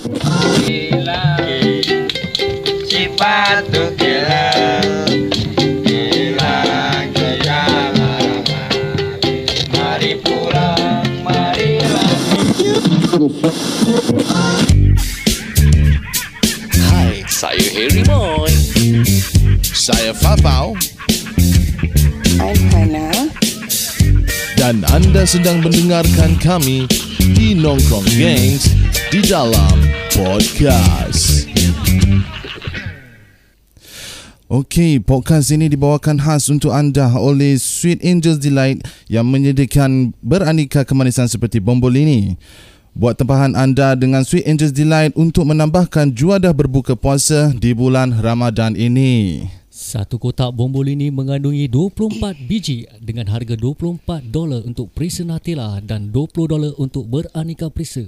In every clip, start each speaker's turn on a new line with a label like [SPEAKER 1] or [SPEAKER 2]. [SPEAKER 1] Gila Sifatu gila Gila gila Mari pulang, marilah
[SPEAKER 2] Hai, saya Harry Boy.
[SPEAKER 3] Saya Fafau
[SPEAKER 4] I'm Hannah.
[SPEAKER 3] dan anda sedang mendengarkan kami di Nongkrong Gangs di dalam podcast. Okey, podcast ini dibawakan khas untuk anda oleh Sweet Angels Delight yang menyediakan beraneka kemanisan seperti bombol ini. Buat tempahan anda dengan Sweet Angels Delight untuk menambahkan juadah berbuka puasa di bulan Ramadan ini.
[SPEAKER 5] Satu kotak bombol ini mengandungi 24 biji dengan harga 24 dolar untuk perisa Nutella dan 20 dolar untuk beraneka perisa.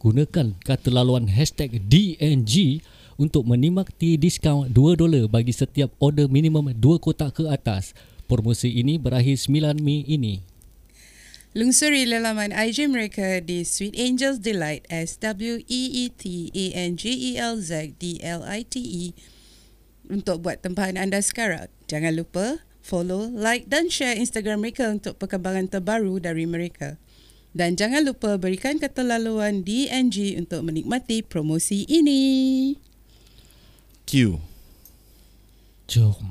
[SPEAKER 5] Gunakan kata laluan hashtag DNG untuk menikmati diskaun 2 dolar bagi setiap order minimum 2 kotak ke atas. Promosi ini berakhir 9 Mei ini.
[SPEAKER 4] Lungsuri lelaman IG mereka di Sweet Angels Delight S W E E T A N G E L Z D L I T E untuk buat tempahan anda sekarang. Jangan lupa follow, like dan share Instagram mereka untuk perkembangan terbaru dari mereka. Dan jangan lupa berikan kata laluan DNG untuk menikmati promosi ini.
[SPEAKER 3] Q.
[SPEAKER 5] Jom.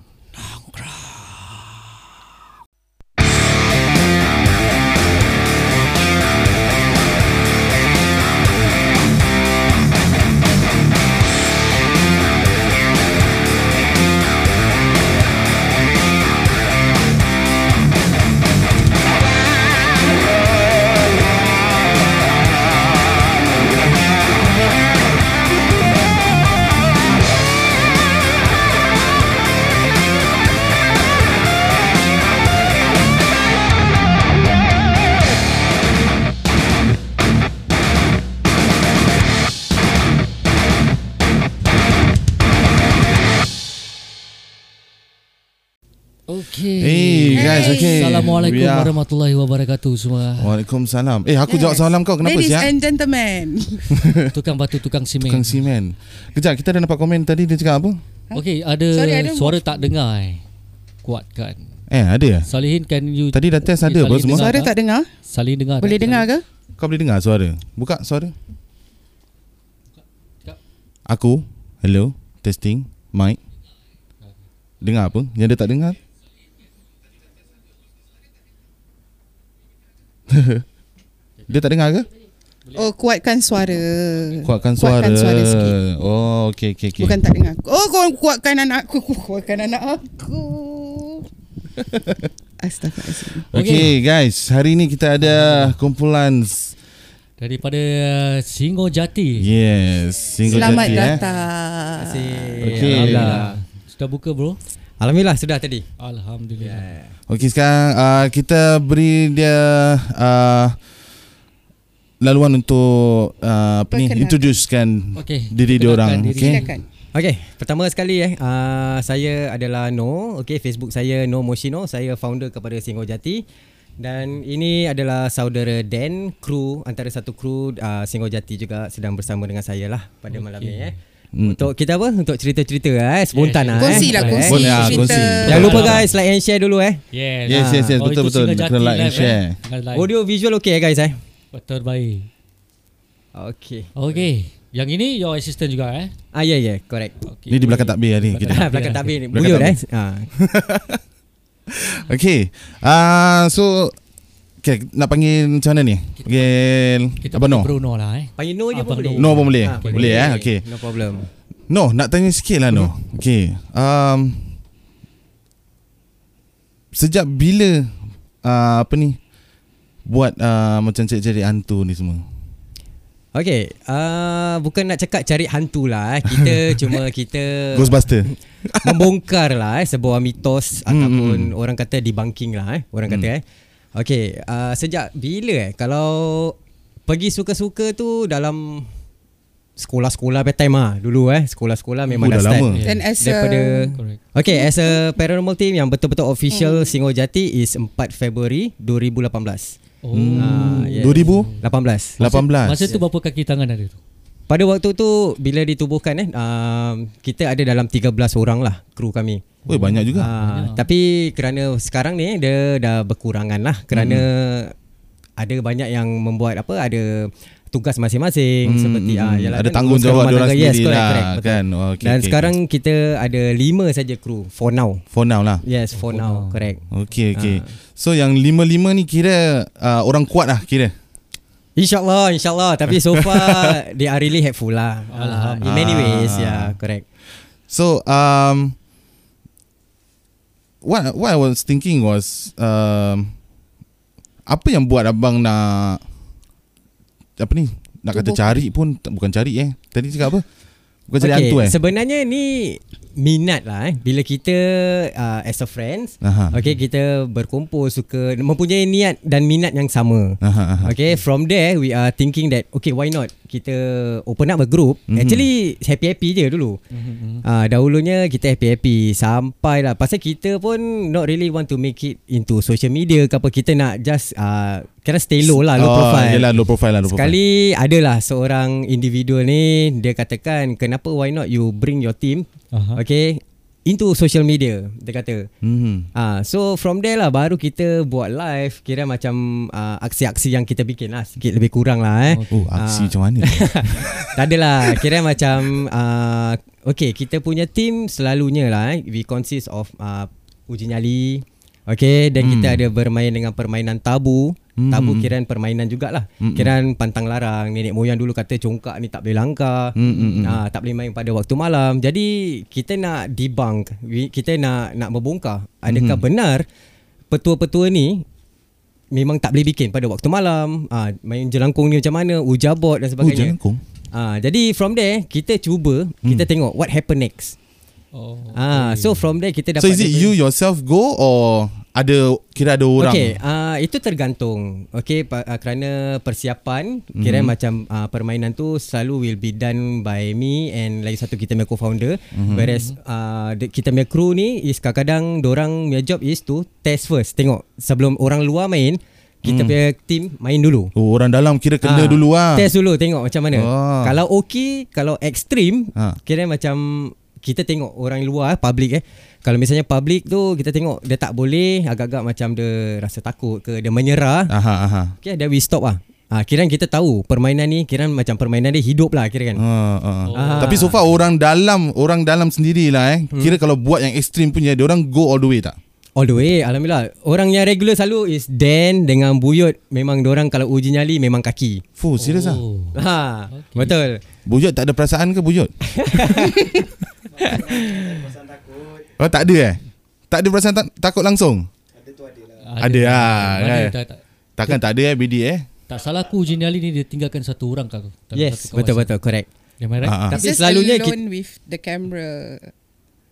[SPEAKER 5] Okey.
[SPEAKER 3] Hey guys, okay.
[SPEAKER 5] Assalamualaikum
[SPEAKER 3] We are-
[SPEAKER 5] warahmatullahi wabarakatuh semua.
[SPEAKER 3] Waalaikumsalam. Eh aku yes. jawab soalan kau kenapa
[SPEAKER 4] Ladies
[SPEAKER 3] siap?
[SPEAKER 4] and gentlemen.
[SPEAKER 5] Tukang batu, tukang simen.
[SPEAKER 3] Kang Simen. Kejap kita ada nampak komen tadi dia cakap apa?
[SPEAKER 5] Okey, ada
[SPEAKER 4] Sorry,
[SPEAKER 5] Sorry,
[SPEAKER 4] ada
[SPEAKER 5] suara tak dengar eh. Kuatkan.
[SPEAKER 3] Eh ada ya?
[SPEAKER 5] Salihin can you
[SPEAKER 3] Tadi dah test
[SPEAKER 5] Eh,
[SPEAKER 3] ada apa
[SPEAKER 5] Salihin
[SPEAKER 3] semua?
[SPEAKER 5] dengar
[SPEAKER 4] Suara tak dengar?
[SPEAKER 5] Salihin dengar.
[SPEAKER 4] Boleh dengar ke?
[SPEAKER 3] Kau boleh dengar suara? Buka suara.
[SPEAKER 5] Buka.
[SPEAKER 3] Aku. Hello. Testing. Mic. Dengar apa? Yang dia tak dengar? dia tak dengar ke?
[SPEAKER 4] Oh, kuatkan suara.
[SPEAKER 3] Kuatkan suara.
[SPEAKER 4] Kuatkan suara sikit.
[SPEAKER 3] Oh, okey okey okey.
[SPEAKER 4] Okay. Bukan tak dengar. Oh, kau kuatkan anak aku. Kuatkan anak aku. Astaghfirullahaladzim.
[SPEAKER 3] Okey okay, guys, hari ni kita ada kumpulan s-
[SPEAKER 5] Daripada uh, Singo Jati.
[SPEAKER 3] Yes, single
[SPEAKER 4] Selamat
[SPEAKER 3] jati,
[SPEAKER 4] datang.
[SPEAKER 3] Okey.
[SPEAKER 5] Alhamdulillah. Sudah buka bro?
[SPEAKER 6] Alhamdulillah sudah tadi.
[SPEAKER 5] Alhamdulillah.
[SPEAKER 3] Eh. Okey sekarang uh, kita beri dia uh, laluan untuk uh, apa ni
[SPEAKER 4] Perkenalkan.
[SPEAKER 3] introducekan
[SPEAKER 5] Okey,
[SPEAKER 3] diri dia orang,
[SPEAKER 5] perkenalkan diri.
[SPEAKER 3] okey.
[SPEAKER 4] Silakan.
[SPEAKER 6] Okey, pertama sekali eh uh, saya adalah No. Okey, Facebook saya No Moshino. Saya founder kepada Singo Jati. Dan ini adalah saudara Dan, kru antara satu kru uh, Singo Jati juga sedang bersama dengan saya lah pada okay. malam ni eh.
[SPEAKER 3] Hmm.
[SPEAKER 6] Untuk kita apa? Untuk cerita-cerita eh, spontan lah eh.
[SPEAKER 4] Kongsi lah,
[SPEAKER 6] Boleh,
[SPEAKER 4] kongsi.
[SPEAKER 3] Boleh lah,
[SPEAKER 4] cerita.
[SPEAKER 3] kongsi.
[SPEAKER 6] Jangan lupa guys, like and share dulu eh.
[SPEAKER 5] Yes. Oh,
[SPEAKER 3] Yes, yes, yes. Betul,
[SPEAKER 5] itu
[SPEAKER 3] betul.
[SPEAKER 5] Singo Jati
[SPEAKER 3] Kena like and
[SPEAKER 5] live,
[SPEAKER 3] share.
[SPEAKER 5] Eh? Kena Like.
[SPEAKER 6] Audio visual okey eh guys eh.
[SPEAKER 5] Betul baik.
[SPEAKER 6] Okey.
[SPEAKER 5] Okey. Yang ini your assistant juga eh?
[SPEAKER 6] Ah ya yeah, ya, yeah, correct.
[SPEAKER 5] Okey.
[SPEAKER 3] Ni di belakang takbir hari ni kita.
[SPEAKER 6] Ah, Belakang tabir ni. Buyur
[SPEAKER 3] Belakang tabir.
[SPEAKER 6] eh. Ah.
[SPEAKER 3] Okey. Uh, so okay, nak panggil macam mana ni? Panggil
[SPEAKER 5] Kita
[SPEAKER 3] Abang
[SPEAKER 5] panggil
[SPEAKER 3] Noh.
[SPEAKER 5] Bruno lah eh.
[SPEAKER 6] Panggil no je pun
[SPEAKER 5] Abang
[SPEAKER 6] boleh.
[SPEAKER 3] No pun boleh?
[SPEAKER 6] Ah,
[SPEAKER 3] Boleh, eh? Okey.
[SPEAKER 6] No problem.
[SPEAKER 3] No, nak tanya sikit lah Noh. Okey. Um, sejak bila uh, apa ni buat uh, macam cari-cari hantu ni semua?
[SPEAKER 6] Okey, uh, bukan nak cakap cari hantu lah. eh. Kita cuma kita
[SPEAKER 3] Ghostbuster.
[SPEAKER 6] membongkar lah eh, sebuah mitos
[SPEAKER 3] Hmm,
[SPEAKER 6] ataupun orang kata debunking lah eh. Orang kata eh. Okey, uh, sejak bila eh kalau pergi suka-suka tu dalam sekolah-sekolah bedtime ah dulu eh. Sekolah-sekolah memang
[SPEAKER 3] Oh, dah
[SPEAKER 6] start.
[SPEAKER 3] lama.
[SPEAKER 4] Dan as
[SPEAKER 6] daripada
[SPEAKER 4] a...
[SPEAKER 5] Correct.
[SPEAKER 6] Okay, as a paranormal team yang betul-betul official
[SPEAKER 4] Hmm.
[SPEAKER 6] Singo Jati is 4 Februari 2018.
[SPEAKER 5] Oh.
[SPEAKER 6] Ah, yes.
[SPEAKER 3] 2018.
[SPEAKER 6] 18.
[SPEAKER 3] Masa,
[SPEAKER 5] Masa tu berapa kaki tangan ada tu?
[SPEAKER 6] Pada waktu tu bila ditubuhkan eh uh, kita ada dalam 13 orang lah kru kami.
[SPEAKER 3] Oi banyak juga.
[SPEAKER 6] Ha, tapi kerana sekarang ni dia dah berkurangan lah kerana hmm. ada banyak yang membuat apa ada tugas masing-masing
[SPEAKER 3] Hmm,
[SPEAKER 6] hmm, seperti
[SPEAKER 3] hmm,
[SPEAKER 6] ah
[SPEAKER 3] hmm.
[SPEAKER 6] yalah
[SPEAKER 3] Ada
[SPEAKER 6] kan,
[SPEAKER 3] tanggungjawab
[SPEAKER 6] urus rumah
[SPEAKER 3] diorang
[SPEAKER 6] tangga.
[SPEAKER 3] sendiri lah,
[SPEAKER 6] betul.
[SPEAKER 3] kan? Oh, okay,
[SPEAKER 6] Dan
[SPEAKER 3] okay.
[SPEAKER 6] sekarang kita ada lima saja kru for now.
[SPEAKER 3] For now lah.
[SPEAKER 6] Yes for now correct.
[SPEAKER 3] Okey okey. So yang lima-lima ni kira uh, orang kuat lah kira.
[SPEAKER 6] InsyaAllah, insyaAllah. Tapi so far, they are really helpful lah. Ah, In many ways, yeah, correct.
[SPEAKER 3] So um what what I was thinking was um apa yang buat abang nak apa ni? Nak kata
[SPEAKER 4] Tubuh.
[SPEAKER 3] cari pun tak- bukan cari eh. Tadi cakap apa? Bukan cari hantu eh.
[SPEAKER 6] Sebenarnya ni minat lah eh. Bila kita uh, as a friends,
[SPEAKER 3] Aha.
[SPEAKER 6] okay, kita berkumpul, suka, mempunyai niat dan minat yang sama.
[SPEAKER 3] Aha, aha.
[SPEAKER 6] Okay, from there we are thinking that okay, why not kita open up a group.
[SPEAKER 3] Mhm.
[SPEAKER 6] Mm-hmm. Actually happy happy je dulu. Mm-hmm. Uh, dahulunya kita happy happy sampai lah. Pasal kita pun not really want to make it into social media. ke apa kita nak just uh, kena stay low lah, low profile.
[SPEAKER 3] Oh, Yelah, low profile lah, low profile.
[SPEAKER 6] Sekali adalah seorang individu ni dia katakan kenapa why not you bring your team
[SPEAKER 5] Aha.
[SPEAKER 6] okay into social media dia kata.
[SPEAKER 3] Mhm.
[SPEAKER 6] Ah, so from there lah baru kita buat live kira macam ah, aksi-aksi yang kita bikin lah sikit lebih kurang lah eh.
[SPEAKER 3] Oh, aksi macam mana?
[SPEAKER 6] tak adalah kira macam uh, okay kita punya team selalunya lah eh, we consist of uh, uji nyali okay dan hmm.
[SPEAKER 3] Hmm.
[SPEAKER 6] kita ada bermain dengan permainan tabu hmm.
[SPEAKER 3] Hmm.
[SPEAKER 6] tabu kiraan permainan jugalah hmm.
[SPEAKER 3] Hmm.
[SPEAKER 6] kiraan pantang larang nenek moyang dulu kata congkak ni tak boleh langkah
[SPEAKER 3] Hmm, hmm, hmm.
[SPEAKER 6] Ah, tak boleh main pada waktu malam. Jadi kita nak debunk, we, kita nak nak membongkar adakah
[SPEAKER 3] Mhm.
[SPEAKER 6] benar petua-petua ni memang tak boleh bikin pada waktu malam. Ah, main jelangkung ni macam mana, ujabot dan
[SPEAKER 3] Oh,
[SPEAKER 6] sebagainya.
[SPEAKER 3] jangan kong.
[SPEAKER 6] Ah, jadi from there kita cuba,
[SPEAKER 3] Hmm.
[SPEAKER 6] kita tengok what happen next.
[SPEAKER 5] Oh.
[SPEAKER 6] Ah, so from there kita dapat
[SPEAKER 3] So is it
[SPEAKER 6] daripada-
[SPEAKER 3] you yourself go or ada kira ada orang?
[SPEAKER 6] Okey, uh, itu tergantung. Okey, pa- uh, kerana persiapan kira
[SPEAKER 3] Mhm.
[SPEAKER 6] macam uh, permainan tu selalu will be done by me and lagi satu kita punya co-founder.
[SPEAKER 3] Hmm.
[SPEAKER 6] Mm-hmm. Whereas uh, the- kita punya crew ni is kadang-kadang dorang punya job is to test first. Tengok sebelum orang luar main,
[SPEAKER 3] Hmm.
[SPEAKER 6] kita punya team main dulu.
[SPEAKER 3] Oh, orang dalam kira
[SPEAKER 6] Ah,
[SPEAKER 3] kena dulu lah.
[SPEAKER 6] Test dulu tengok macam mana.
[SPEAKER 3] Ah.
[SPEAKER 6] Kalau okey, kalau ekstrim,
[SPEAKER 3] Ah.
[SPEAKER 6] kira macam kita tengok orang luar public eh. Kalau misalnya public tu kita tengok dia tak boleh, agak-agak macam dia rasa takut ke dia menyerah.
[SPEAKER 3] Aha, aha.
[SPEAKER 6] Okay, then we stop lah. Ah, kira kita tahu permainan ni kira macam permainan dia hidup lah kira kan.
[SPEAKER 3] Ah, ah.
[SPEAKER 6] Ah.
[SPEAKER 3] Tapi so far orang dalam orang dalam sendirilah eh.
[SPEAKER 6] Hmm.
[SPEAKER 3] Kira kalau buat yang ekstrim punya dia orang go all the way tak?
[SPEAKER 6] All the way Alhamdulillah Orang yang regular selalu Is Dan Dengan Buyut Memang orang kalau uji nyali Memang kaki
[SPEAKER 3] Fuh, serius ah.
[SPEAKER 5] Oh.
[SPEAKER 6] ha, okay. Betul
[SPEAKER 3] Bujut tak ada perasaan ke bujut? oh, tak ada eh? Tak ada perasaan tak, takut langsung? Ada lah,
[SPEAKER 5] Ada,
[SPEAKER 3] kan?
[SPEAKER 5] tak, tak,
[SPEAKER 3] Takkan tak ada eh BD eh?
[SPEAKER 5] tak salah aku Jeniali ni dia tinggalkan satu orang kalau. dalam
[SPEAKER 6] Yes
[SPEAKER 5] satu kawasan.
[SPEAKER 6] Betul-betul Correct
[SPEAKER 5] Am I right?
[SPEAKER 3] Ah, ah.
[SPEAKER 6] Tapi
[SPEAKER 4] It's just
[SPEAKER 6] selalunya
[SPEAKER 4] alone
[SPEAKER 6] kita-
[SPEAKER 4] with the camera.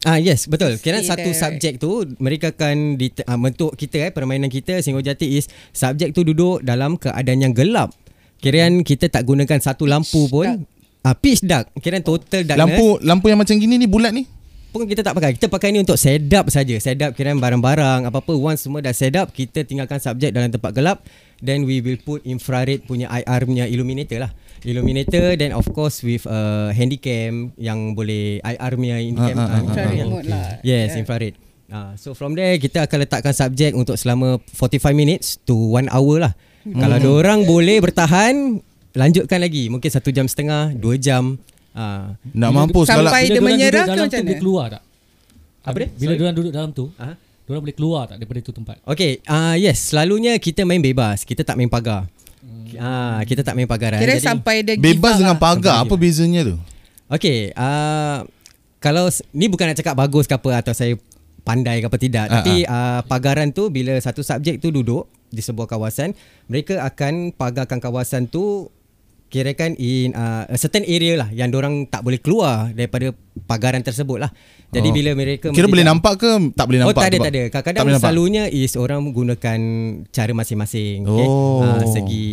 [SPEAKER 6] Ah yes betul. Kira
[SPEAKER 4] Stay
[SPEAKER 6] satu
[SPEAKER 4] there,
[SPEAKER 6] subjek tu mereka akan dit- ah, bentuk kita eh permainan kita Senggojati is subjek tu duduk dalam keadaan yang gelap. Kiraan kita tak gunakan satu lampu pun. Ah pitch dark. Kiraan total darkness.
[SPEAKER 3] Lampu lampu yang macam gini ni bulat ni?
[SPEAKER 6] pun kita tak pakai. Kita pakai ni untuk set up saja. Set up kiraan barang-barang apa-apa once semua dah set up kita tinggalkan subjek dalam tempat gelap then we will put infrared punya IR punya illuminator lah. Illuminator then of course with a handycam yang boleh IR punya handycam.
[SPEAKER 3] Ah, ah,
[SPEAKER 6] ah,
[SPEAKER 4] Try
[SPEAKER 6] ah, ah.
[SPEAKER 4] remote lah.
[SPEAKER 6] Yes,
[SPEAKER 4] Yeah.
[SPEAKER 6] yeah. infrared. Ah, so from there kita akan letakkan subjek untuk selama 45 minutes to 1 hour lah. Hmm. Kalau orang boleh bertahan, lanjutkan lagi. Mungkin satu jam setengah, dua jam. Ah,
[SPEAKER 3] Nak mampus kalau
[SPEAKER 5] Bila
[SPEAKER 4] Sampai- Pai dia
[SPEAKER 5] dorang duduk
[SPEAKER 4] menyerah ke
[SPEAKER 5] dalam
[SPEAKER 4] macam
[SPEAKER 5] tu,
[SPEAKER 4] mana?
[SPEAKER 5] Boleh keluar tak?
[SPEAKER 6] Apa dia?
[SPEAKER 5] Bila
[SPEAKER 6] Sorry.
[SPEAKER 5] diorang duduk dalam tu,
[SPEAKER 6] Aha.
[SPEAKER 5] diorang boleh keluar tak daripada tu tempat?
[SPEAKER 6] Okay, ah yes, selalunya kita main bebas. Kita tak main pagar.
[SPEAKER 3] Hmm.
[SPEAKER 6] Ah, kita tak main pagaran.
[SPEAKER 4] Kira sampai dia give
[SPEAKER 3] bebas
[SPEAKER 4] up
[SPEAKER 3] dengan
[SPEAKER 4] lah.
[SPEAKER 3] pagar
[SPEAKER 6] Sampai
[SPEAKER 3] apa bezanya tu?
[SPEAKER 6] Okay, uh, kalau s- ni bukan nak cakap bagus ke apa atau saya pandai ke apa tidak,
[SPEAKER 3] Ah,
[SPEAKER 6] uh, tapi uh, pagaran tu bila satu subjek tu duduk di sebuah kawasan, mereka akan pagarkan kawasan tu kirakan in uh, a certain area lah yang orang tak boleh keluar daripada pagaran tersebut lah. Jadi
[SPEAKER 3] Oh.
[SPEAKER 6] oh. bila mereka
[SPEAKER 3] Kira boleh
[SPEAKER 6] menjejak-
[SPEAKER 3] nampak ke tak boleh
[SPEAKER 6] Oh
[SPEAKER 3] nampak?
[SPEAKER 6] tak ada tak ada.
[SPEAKER 3] Sebab- tak boleh
[SPEAKER 6] Kadang-kadang
[SPEAKER 3] nampak?
[SPEAKER 6] selalunya is orang gunakan cara masing-masing. Okay?
[SPEAKER 3] Oh.
[SPEAKER 6] Ah, segi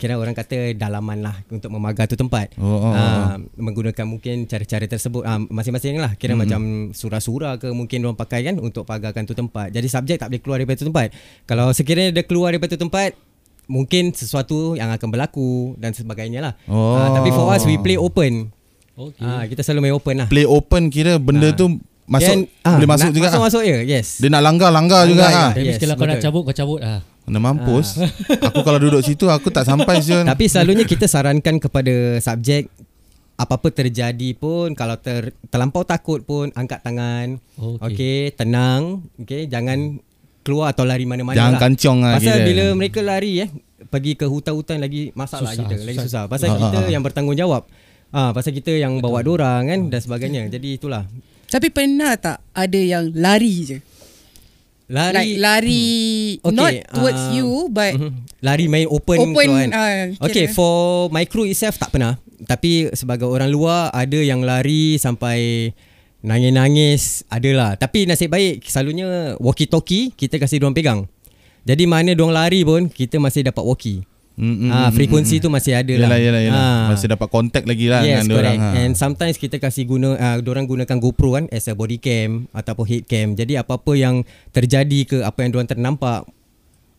[SPEAKER 6] kira orang kata dalaman lah untuk memagar tu tempat.
[SPEAKER 3] Oh, oh,
[SPEAKER 6] Ah, menggunakan mungkin cara-cara tersebut ah, masing-masing lah. Kira
[SPEAKER 3] Hmm.
[SPEAKER 6] macam surah-surah ke mungkin orang pakai kan untuk pagarkan tu tempat. Jadi subjek tak boleh keluar daripada tu tempat. Kalau sekiranya dia keluar daripada tu tempat mungkin sesuatu yang akan berlaku dan sebagainya lah.
[SPEAKER 3] Oh.
[SPEAKER 6] Ah, tapi for us we play open. Okay.
[SPEAKER 5] Okay.
[SPEAKER 6] Ah kita selalu main open lah.
[SPEAKER 3] Play open kira benda
[SPEAKER 6] Ah.
[SPEAKER 3] tu masuk
[SPEAKER 6] ah,
[SPEAKER 3] boleh masuk
[SPEAKER 6] nak,
[SPEAKER 3] juga.
[SPEAKER 6] Masuk
[SPEAKER 3] ah.
[SPEAKER 6] masuk ya. Yes.
[SPEAKER 3] Dia nak langgar-langgar juga
[SPEAKER 6] Langgar, Ha. ya.
[SPEAKER 3] ah.
[SPEAKER 5] That means
[SPEAKER 6] Yes,
[SPEAKER 5] kalau kau nak
[SPEAKER 6] betul.
[SPEAKER 5] cabut kau cabut ah.
[SPEAKER 3] Nak mampus. aku kalau duduk situ aku tak sampai siun.
[SPEAKER 6] Tapi selalunya kita sarankan kepada subjek apa-apa terjadi pun kalau ter, terlampau takut pun angkat tangan.
[SPEAKER 5] Okey.
[SPEAKER 6] Okey, okay, tenang. Okey, jangan keluar atau lari mana-mana
[SPEAKER 3] Jangan
[SPEAKER 6] lah.
[SPEAKER 3] kancong lah
[SPEAKER 6] Pasal
[SPEAKER 3] kira.
[SPEAKER 6] bila mereka lari eh pergi ke hutan-hutan lagi masalah
[SPEAKER 5] Susah,
[SPEAKER 6] susah, kita, lagi
[SPEAKER 5] susah.
[SPEAKER 6] susah. Pasal
[SPEAKER 3] Ah, ah,
[SPEAKER 6] kita
[SPEAKER 3] ah.
[SPEAKER 6] yang bertanggungjawab. Ah, pasal kita yang bawa dorang kan
[SPEAKER 5] Ah.
[SPEAKER 6] dan sebagainya. Jadi itulah.
[SPEAKER 4] Tapi pernah tak ada yang lari je? Lari, like lari
[SPEAKER 3] Hmm.
[SPEAKER 4] okay,
[SPEAKER 6] Okay,
[SPEAKER 4] not towards
[SPEAKER 3] ah.
[SPEAKER 6] um,
[SPEAKER 4] you but
[SPEAKER 3] Mm-hmm.
[SPEAKER 6] Mhm. Lari main open,
[SPEAKER 4] Open,
[SPEAKER 6] keluar kan.
[SPEAKER 4] ah, kira.
[SPEAKER 6] okay, for my crew itself tak pernah. Tapi sebagai orang luar ada yang lari sampai nangis-nangis adalah. Tapi nasib baik selalunya walkie-talkie kita kasih diorang pegang. Jadi mana diorang lari pun kita masih dapat walkie.
[SPEAKER 3] Mm, mm,
[SPEAKER 6] Ah,
[SPEAKER 3] mm,
[SPEAKER 6] frekuensi tu masih ada
[SPEAKER 3] Yalah
[SPEAKER 6] lah.
[SPEAKER 3] yalah yalah.
[SPEAKER 6] Ah.
[SPEAKER 3] Masih dapat kontak lagi lah
[SPEAKER 6] Yes,
[SPEAKER 3] dengan
[SPEAKER 6] correct.
[SPEAKER 3] orang. Ha.
[SPEAKER 6] And sometimes kita kasih guna uh, orang gunakan GoPro kan as a body cam ataupun head cam. Jadi apa-apa yang terjadi ke apa yang orang ternampak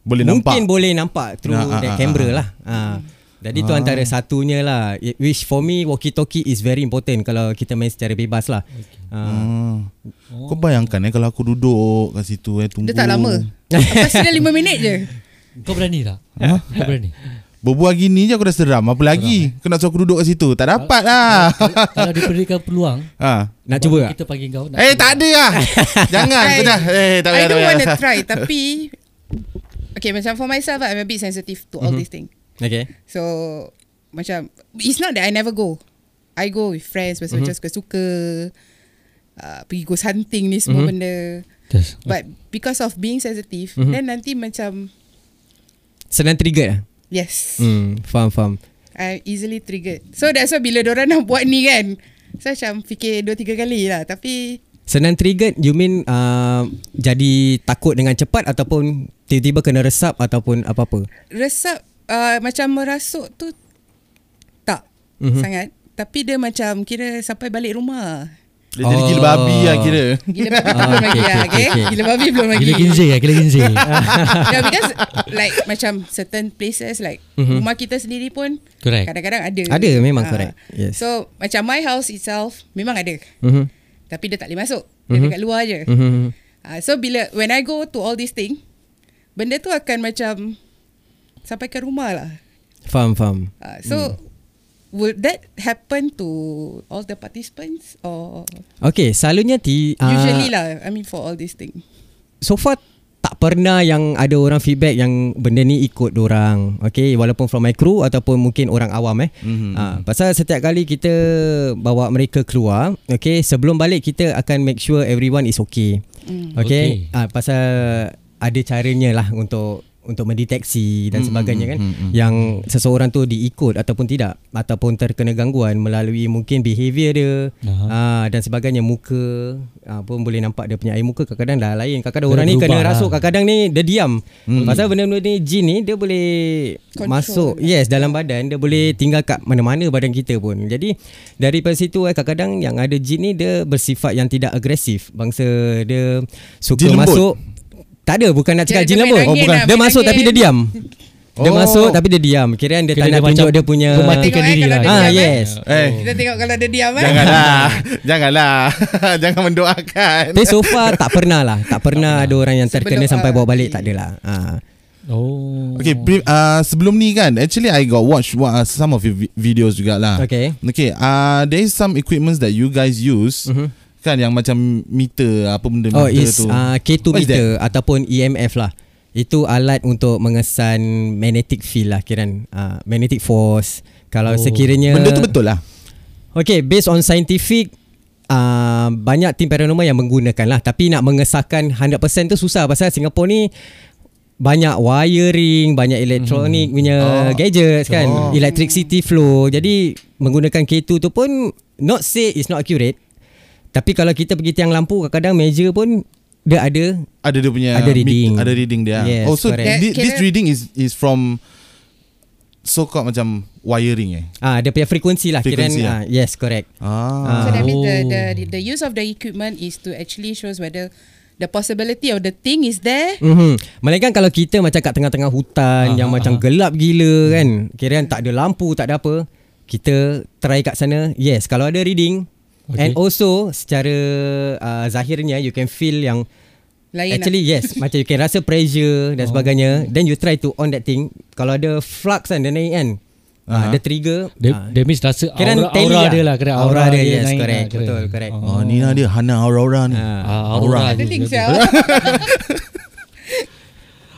[SPEAKER 3] Boleh nampak.
[SPEAKER 6] mungkin boleh nampak through
[SPEAKER 3] Ah, ah,
[SPEAKER 6] nah, that
[SPEAKER 3] ah,
[SPEAKER 6] camera
[SPEAKER 3] ah.
[SPEAKER 6] lah. Ah. Jadi tu antara satunya lah It- Which for me Walkie-talkie is very important Kalau kita main secara bebas lah Ah.
[SPEAKER 3] Ah. Kau bayangkan eh kalau aku duduk kat situ eh tunggu.
[SPEAKER 4] dia tak lama. Lepas dia 5 minit je.
[SPEAKER 5] Kau berani tak? Kau berani.
[SPEAKER 3] Berbual gini je aku dah seram. Apa
[SPEAKER 6] eh?
[SPEAKER 3] lagi? Kau nak suruh aku duduk kat situ. Tak dapat lah.
[SPEAKER 5] kalau diberikan peluang
[SPEAKER 3] ha.
[SPEAKER 6] Nak cuba tak?
[SPEAKER 5] kita panggil kau. nak
[SPEAKER 3] Eh
[SPEAKER 5] cuba.
[SPEAKER 3] tak ada lah. Jangan.
[SPEAKER 4] I-
[SPEAKER 3] Sudah. Eh tak payah.
[SPEAKER 4] I
[SPEAKER 3] tak
[SPEAKER 4] don't
[SPEAKER 3] payah.
[SPEAKER 4] want to try tapi okay macam for myself I'm a bit sensitive to
[SPEAKER 3] Mhm.
[SPEAKER 4] all mm-hmm. these things.
[SPEAKER 6] Okay
[SPEAKER 4] So macam it's not that I never go. I go with friends pasal
[SPEAKER 3] Mhm.
[SPEAKER 4] mm-hmm. macam suka-suka. Uh, pergi ghost hunting ni
[SPEAKER 3] Mhm.
[SPEAKER 4] semua mm-hmm. benda.
[SPEAKER 5] Yes.
[SPEAKER 4] But because of being
[SPEAKER 3] Mhm.
[SPEAKER 4] sensitive, mm-hmm. then nanti macam
[SPEAKER 6] Senang trigger lah
[SPEAKER 4] yes, mm.
[SPEAKER 6] hmm, Faham faham
[SPEAKER 4] I easily triggered. So that's why bila orang nak buat ni kan, saya macam fikir dua tiga kali lah. Tapi
[SPEAKER 6] Senang trigger You mean uh, Jadi takut dengan cepat Ataupun Tiba-tiba kena resap Ataupun apa-apa
[SPEAKER 4] resap uh, macam merasuk tu tak mm-hmm.
[SPEAKER 6] Mhm.
[SPEAKER 4] sangat. Tapi dia macam kira sampai balik rumah.
[SPEAKER 3] Dia jadi gila
[SPEAKER 6] Oh.
[SPEAKER 3] babi lah kira.
[SPEAKER 4] Gila babi
[SPEAKER 6] Ah,
[SPEAKER 4] belum lagi
[SPEAKER 6] okay,
[SPEAKER 4] lah,
[SPEAKER 6] okay,
[SPEAKER 4] okay?
[SPEAKER 6] okay.
[SPEAKER 4] Gila babi belum lagi.
[SPEAKER 5] Gila ginze ya, gila ginze.
[SPEAKER 4] yeah, because like macam certain places like mm-hmm. rumah kita sendiri pun
[SPEAKER 5] Correct.
[SPEAKER 4] kadang-kadang ada.
[SPEAKER 6] Mhm. Ada, memang
[SPEAKER 4] Ah.
[SPEAKER 6] correct. Yes.
[SPEAKER 4] So macam my house itself memang ada.
[SPEAKER 3] Mhm,
[SPEAKER 6] mm-hmm.
[SPEAKER 4] Tapi dia tak boleh masuk. Dia
[SPEAKER 6] Mhm.
[SPEAKER 4] mm-hmm. dekat luar je. Mm-hmm.
[SPEAKER 6] Mm-hmm.
[SPEAKER 4] so bila when I go to all these thing, benda tu akan macam sampai ke rumah lah.
[SPEAKER 6] Faham faham
[SPEAKER 4] Uh, so mm. would that happen to all the participants or
[SPEAKER 6] Okay selalunya ti,
[SPEAKER 4] uh,
[SPEAKER 6] ah,
[SPEAKER 4] usually lah I mean for all these thing.
[SPEAKER 6] so far tak pernah yang ada orang feedback yang benda ni ikut orang okay walaupun from my crew ataupun mungkin orang awam eh mm-hmm. ha, pasal setiap kali kita bawa mereka keluar okay sebelum balik kita akan make sure everyone is okay mm. okay, okay. Ha, pasal ada caranya lah untuk untuk mendeteksi dan sebagainya kan yang seseorang tu diikut ataupun tidak ataupun terkena gangguan melalui mungkin behavior dia
[SPEAKER 5] Aha.
[SPEAKER 6] ah dan sebagainya muka ah, pun boleh nampak dia punya air muka kadang-kadang dah lain kadang-kadang
[SPEAKER 5] Kena
[SPEAKER 6] orang ni
[SPEAKER 5] berubah
[SPEAKER 6] kena
[SPEAKER 5] lah.
[SPEAKER 6] rasuk kadang-kadang ni dia diam hmm. pasal benda-benda ni jin ni dia boleh
[SPEAKER 4] Control. lah.
[SPEAKER 6] Control. masuk yes dalam badan dia boleh tinggal kat mana-mana badan kita pun jadi daripada situ eh kadang-kadang yang ada jin ni dia bersifat yang tidak agresif bangsa dia suka
[SPEAKER 3] Jin lembut?
[SPEAKER 6] masuk tak ada bukan nak cakap jin
[SPEAKER 4] Dia- dia
[SPEAKER 6] apa
[SPEAKER 4] main
[SPEAKER 6] oh
[SPEAKER 4] angin
[SPEAKER 6] bukan
[SPEAKER 4] lah,
[SPEAKER 6] dia
[SPEAKER 4] main
[SPEAKER 6] masuk tapi
[SPEAKER 4] angin.
[SPEAKER 6] dia diam dia
[SPEAKER 3] Oh.
[SPEAKER 6] masuk tapi dia diam kira dia tak nak tunjuk dia punya
[SPEAKER 4] Tengok,
[SPEAKER 5] mematikan
[SPEAKER 4] eh,
[SPEAKER 5] diri
[SPEAKER 4] kalau
[SPEAKER 5] lah.
[SPEAKER 4] dia
[SPEAKER 6] ah
[SPEAKER 4] diam, eh.
[SPEAKER 6] yes
[SPEAKER 3] Eh.
[SPEAKER 4] Kita tengok kalau dia diam kan.
[SPEAKER 3] Janganlah. Janganlah. Jangan mendoakan.
[SPEAKER 6] Tapi so far tak pernah lah Tak pernah ada orang yang terkena
[SPEAKER 4] Sebelum,
[SPEAKER 6] sampai
[SPEAKER 4] ah,
[SPEAKER 6] bawa balik Tak adalah ha.
[SPEAKER 5] Oh.
[SPEAKER 3] Okay, pre- uh, sebelum ni kan, actually I got watch wa- uh, some of your vi- videos juga lah.
[SPEAKER 6] Okay.
[SPEAKER 3] Okay, uh, there is some equipments that you guys use, mm-hmm. kan yang macam meter apa benda
[SPEAKER 6] Oh
[SPEAKER 3] meter
[SPEAKER 6] is
[SPEAKER 3] tu.
[SPEAKER 6] uh, K2
[SPEAKER 3] What is
[SPEAKER 6] meter Ataupun EMF lah Itu alat untuk mengesan magnetic field lah Kiran uh, Magnetic force Kalau
[SPEAKER 5] Oh.
[SPEAKER 6] oh. sekiranya
[SPEAKER 3] Benda tu betul lah.
[SPEAKER 6] Okay based on scientific Uh, banyak tim paranormal yang menggunakan lah Tapi nak mengesahkan 100% tu susah Pasal Singapura ni Banyak wiring Banyak elektronik punya gadgets kan Electricity flow Jadi menggunakan K2 tu pun Not say it's not accurate Tapi kalau kita pergi tiang lampu Kadang-kadang meja pun Dia ada
[SPEAKER 3] Ada dia punya
[SPEAKER 6] Ada reading.
[SPEAKER 3] Ada reading dia.
[SPEAKER 6] Yes,
[SPEAKER 3] oh so
[SPEAKER 6] correct.
[SPEAKER 3] thi-
[SPEAKER 4] That-
[SPEAKER 3] this
[SPEAKER 4] kira-
[SPEAKER 3] reading is is from so called macam wiring eh.
[SPEAKER 6] ah Dia punya frekuensi lah
[SPEAKER 3] Frekuensi
[SPEAKER 6] Kiran, ah,
[SPEAKER 3] lah.
[SPEAKER 6] Yes correct
[SPEAKER 3] Ah.
[SPEAKER 4] So that means the,
[SPEAKER 5] Oh.
[SPEAKER 4] the the use of the equipment is to actually shows whether the possibility of the thing is there.
[SPEAKER 6] Mm-hmm.
[SPEAKER 5] Mhm.
[SPEAKER 6] Melainkan kalau kita macam kat tengah-tengah hutan yang macam gelap gila
[SPEAKER 5] Hmm.
[SPEAKER 6] kan, kiraan tak ada lampu, tak ada apa, kita try kat sana. Yes, kalau ada reading okay. and
[SPEAKER 5] Okay.
[SPEAKER 6] also secara uh, zahirnya you can feel yang
[SPEAKER 4] Lain
[SPEAKER 6] Actually yes Macam you can rasa pressure
[SPEAKER 5] Oh.
[SPEAKER 6] Dan sebagainya Then you try to on that thing Kalau ada flux kan Dia naik kan
[SPEAKER 3] Aha.
[SPEAKER 6] uh-huh. Ada trigger
[SPEAKER 5] Dia,
[SPEAKER 6] ah.
[SPEAKER 5] dia means rasa
[SPEAKER 6] Kira
[SPEAKER 5] aura,
[SPEAKER 6] tally
[SPEAKER 5] aura
[SPEAKER 6] lah.
[SPEAKER 5] dia lah kira
[SPEAKER 6] Aura dia, yes,
[SPEAKER 5] naik lah,
[SPEAKER 6] correct.
[SPEAKER 5] kira.
[SPEAKER 6] Betul, correct.
[SPEAKER 3] Oh, ni lah dia Hana Aurora ni.
[SPEAKER 6] Ah.
[SPEAKER 5] Ah,
[SPEAKER 4] lah.
[SPEAKER 5] aura, tu.
[SPEAKER 4] I think so.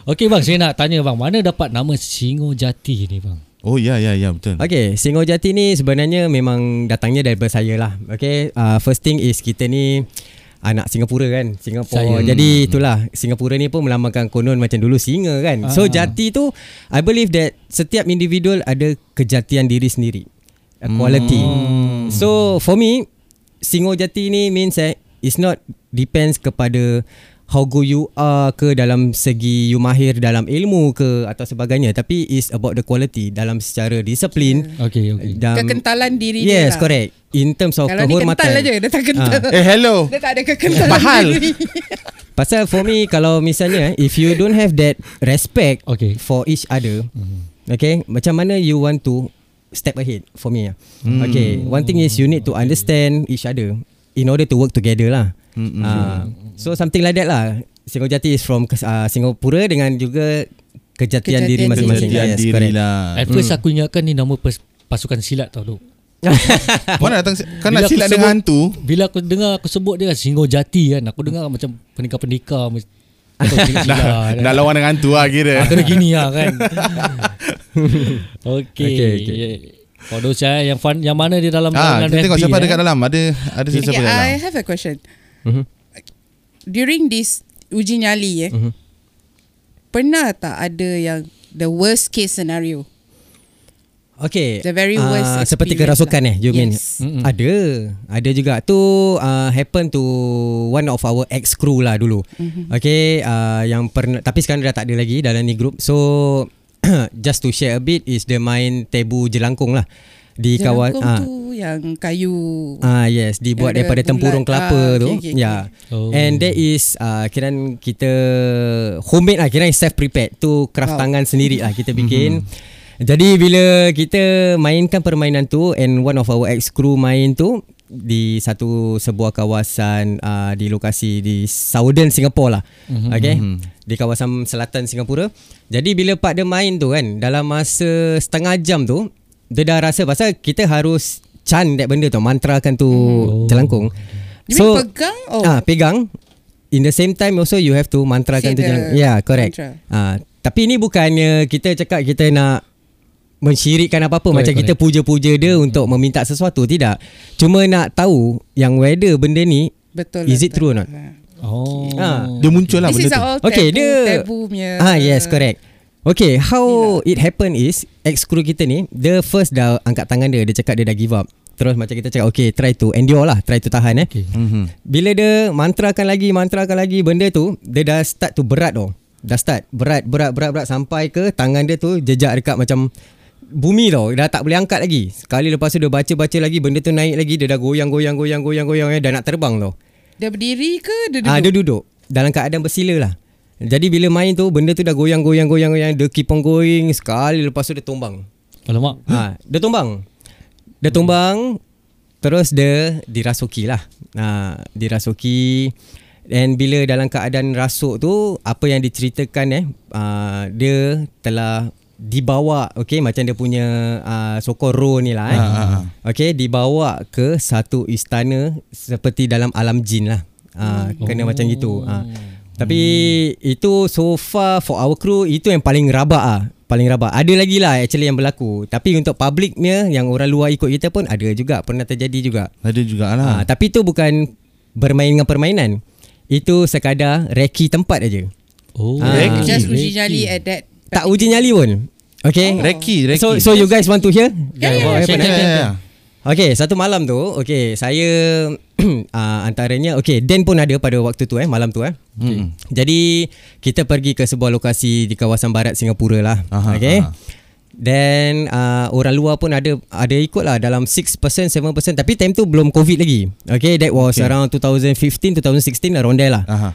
[SPEAKER 5] Okey bang, saya nak tanya bang, mana dapat nama Singo Jati ni bang?
[SPEAKER 3] Oh, ya, ya, ya, betul.
[SPEAKER 6] Okay Singo Jati ni sebenarnya Memang datangnya daripada saya lah Okay uh, First thing is kita ni Anak Singapura kan Singapura
[SPEAKER 5] Saya.
[SPEAKER 6] Jadi itulah Singapura ni pun melambangkan konon Macam dulu singa kan So
[SPEAKER 5] Ah.
[SPEAKER 6] jati tu I believe that Setiap individual ada kejatian diri sendiri A Quality So for me Singo jati ni means that It's not depends kepada How good you are ke dalam segi you mahir dalam ilmu ke atau sebagainya tapi is about the quality dalam secara disiplin
[SPEAKER 5] Okey, okey.
[SPEAKER 6] dalam
[SPEAKER 4] Kekentalan diri dia
[SPEAKER 6] Um, yes
[SPEAKER 4] lah.
[SPEAKER 6] correct Oh, in terms of
[SPEAKER 4] Kalau ni
[SPEAKER 6] kehormatan
[SPEAKER 4] kental aja, dia tak kental.
[SPEAKER 3] Eh, hello.
[SPEAKER 4] Dia tak ada kekentalan
[SPEAKER 6] Mahal.
[SPEAKER 4] diri.
[SPEAKER 6] pasal for me kalau misalnya eh, if you don't have that respect
[SPEAKER 5] Okay.
[SPEAKER 6] for each other okay macam mana you want to step ahead for me ah. okay one thing is you need to understand each other in order to work together lah Ah, so something like that lah Singapura Jati is from uh, Singapura dengan juga kejatian,
[SPEAKER 4] Kejatian
[SPEAKER 6] diri
[SPEAKER 4] diri.
[SPEAKER 6] masing-masing
[SPEAKER 3] Kejadian
[SPEAKER 6] Yes,
[SPEAKER 3] diri
[SPEAKER 6] correct. Eh,
[SPEAKER 3] lah.
[SPEAKER 5] At first aku ingatkan ni nama pes- pasukan silat tau Dok.
[SPEAKER 4] lah.
[SPEAKER 3] Mana datang? si- Kan
[SPEAKER 5] Bila
[SPEAKER 3] nak
[SPEAKER 5] aku
[SPEAKER 3] silat
[SPEAKER 5] sebut-
[SPEAKER 3] dengan
[SPEAKER 6] Oh,
[SPEAKER 3] hantu.
[SPEAKER 5] Bila aku dengar aku sebut dia Singo Jati kan, aku dengar macam pendekar-pendekar mes- atau silat.
[SPEAKER 3] Dah, dah lawan dengan hantu lah
[SPEAKER 5] Ah,
[SPEAKER 3] kira.
[SPEAKER 5] kena gini lah kan. Ya,
[SPEAKER 6] Okey,
[SPEAKER 5] okay. okay,
[SPEAKER 6] okey.
[SPEAKER 5] okay. For those eh, yang fun, yang mana di dalam
[SPEAKER 3] Ah,
[SPEAKER 5] golongan
[SPEAKER 3] kita tengok
[SPEAKER 5] FB,
[SPEAKER 3] siapa
[SPEAKER 5] eh.
[SPEAKER 3] dekat dalam. Ada ada
[SPEAKER 4] Okay,
[SPEAKER 3] siapa dalam.
[SPEAKER 4] I have a question.
[SPEAKER 6] Mhm.
[SPEAKER 4] During this uji nyali eh,
[SPEAKER 6] Mhm.
[SPEAKER 4] pernah tak ada yang the worst case scenario?
[SPEAKER 6] Okay.
[SPEAKER 4] The very
[SPEAKER 6] Ah,
[SPEAKER 4] worst
[SPEAKER 6] seperti
[SPEAKER 4] experience
[SPEAKER 6] kerasukan
[SPEAKER 4] lah.
[SPEAKER 6] eh, you mean?
[SPEAKER 4] Yes.
[SPEAKER 6] Mm-mm. Ada. Ada juga. Tu uh, happen to one of our ex crew lah dulu. Mm-hmm. Okay, uh, yang pernah tapi sekarang dah tak ada lagi dalam ni group. So just to share a bit is the main tebu jelangkung lah di kawan
[SPEAKER 4] Jelangkung
[SPEAKER 6] ah.
[SPEAKER 4] tu yang kayu.
[SPEAKER 6] Ah yes, dibuat
[SPEAKER 4] Yang ada
[SPEAKER 6] daripada
[SPEAKER 4] bulat.
[SPEAKER 6] tempurung kelapa
[SPEAKER 4] Ah,
[SPEAKER 6] ah,
[SPEAKER 4] okay,
[SPEAKER 6] tu.
[SPEAKER 4] okay,
[SPEAKER 6] Okay, okay, yeah.
[SPEAKER 5] Oh.
[SPEAKER 6] Oh. And that is uh, kiran kita homemade lah, kiran self prepared tu craft wow.
[SPEAKER 4] Wow.
[SPEAKER 6] tangan sendiri lah kita bikin. Jadi bila kita mainkan permainan tu and one of our ex crew main tu di satu sebuah kawasan uh, di lokasi di Southern Singapore lah. Mm-hmm. Okay. Di kawasan selatan Singapura. Jadi bila pak dia main tu kan dalam masa setengah jam tu dia dah rasa pasal kita harus chant that benda tu mantrakan tu oh. jelangkung.
[SPEAKER 4] You mean pegang Oh, or-
[SPEAKER 6] Ah, pegang in the same time also you have to mantrakan
[SPEAKER 4] Say
[SPEAKER 6] tu
[SPEAKER 4] the
[SPEAKER 6] jelangkung. Yeah, correct.
[SPEAKER 4] mantra.
[SPEAKER 6] Ah, tapi ini bukannya kita cakap kita nak mensyirikkan apa-apa
[SPEAKER 5] Correct, Hmm.
[SPEAKER 6] macam kita puja-puja dia untuk meminta sesuatu tidak. Cuma nak tahu yang whether benda ni
[SPEAKER 4] Betul.
[SPEAKER 6] Is
[SPEAKER 4] lah,
[SPEAKER 6] it true or not?
[SPEAKER 4] lah.
[SPEAKER 5] Oh.
[SPEAKER 6] Ah.
[SPEAKER 3] Dia muncul lah
[SPEAKER 4] This
[SPEAKER 3] benda
[SPEAKER 4] is
[SPEAKER 3] tu.
[SPEAKER 4] all tabu,
[SPEAKER 6] Okay, dia-
[SPEAKER 4] tabu punya.
[SPEAKER 6] Ah yes, correct. Okay, how it happen is ex crew kita ni, dia first dah angkat tangan dia, dia cakap dia dah give up. Terus macam kita cakap okay, try to endure lah, try to tahan eh.
[SPEAKER 5] Okay.
[SPEAKER 3] Mhm.
[SPEAKER 6] Bila dia mantrakan lagi, mantrakan lagi benda tu, dia dah start tu berat tau. Dah start berat, berat, berat, berat sampai ke tangan dia tu jejak dekat macam bumi tau. Dah tak boleh angkat lagi. Sekali lepas tu dia baca-baca lagi, benda tu naik lagi, dia dah goyang, goyang, goyang, goyang, goyang, eh, dah nak terbang tau.
[SPEAKER 4] Dia berdiri ke dia duduk?
[SPEAKER 6] Ah, dia duduk dalam keadaan bersila lah. Jadi bila main tu benda tu dah goyang goyang goyang goyang dia keep on going sekali lepas tu dia tumbang.
[SPEAKER 5] Alamak.
[SPEAKER 6] ha, dia tumbang. Dia tumbang terus dia dirasuki lah. Ha, dirasuki and bila dalam keadaan rasuk tu apa yang diceritakan eh uh, dia telah dibawa okey macam dia punya uh, sokoro ni lah eh.
[SPEAKER 3] Ha, ha, ha.
[SPEAKER 6] Okey dibawa ke satu istana seperti dalam alam jin lah. Ah oh. kena macam gitu. Ah. Tapi itu so far for our crew itu yang paling rabak ah. Paling rabak. Ada lagi lah actually yang berlaku. Tapi untuk publicnya yang orang luar ikut kita pun ada juga pernah terjadi juga.
[SPEAKER 3] Ada juga
[SPEAKER 6] Ah
[SPEAKER 3] lah.
[SPEAKER 6] tapi itu bukan bermain dengan permainan. Itu sekadar reki tempat aja.
[SPEAKER 5] Oh.
[SPEAKER 6] Ah.
[SPEAKER 4] You
[SPEAKER 3] Reki.
[SPEAKER 4] Just uji nyali at that.
[SPEAKER 6] Tak uji nyali pun. Okay.
[SPEAKER 4] Oh.
[SPEAKER 3] Reki, Reki.
[SPEAKER 6] So so you guys want to hear?
[SPEAKER 4] Yeah, yeah,
[SPEAKER 6] What
[SPEAKER 4] yeah,
[SPEAKER 6] happened?
[SPEAKER 3] Ya, ya, ya.
[SPEAKER 6] Okay, satu malam tu, okay, saya uh, antaranya, okay, Dan pun ada pada waktu tu eh, malam tu eh. Okay. Jadi, kita pergi ke sebuah lokasi di kawasan barat Singapura lah.
[SPEAKER 3] Aha,
[SPEAKER 6] Aha, okay.
[SPEAKER 3] aha.
[SPEAKER 6] Then uh, orang luar pun ada ada ikut lah dalam 6%, 7% tapi time tu belum COVID lagi. Okay, that was okay. around 2015, 2016 around there lah.
[SPEAKER 3] Aha.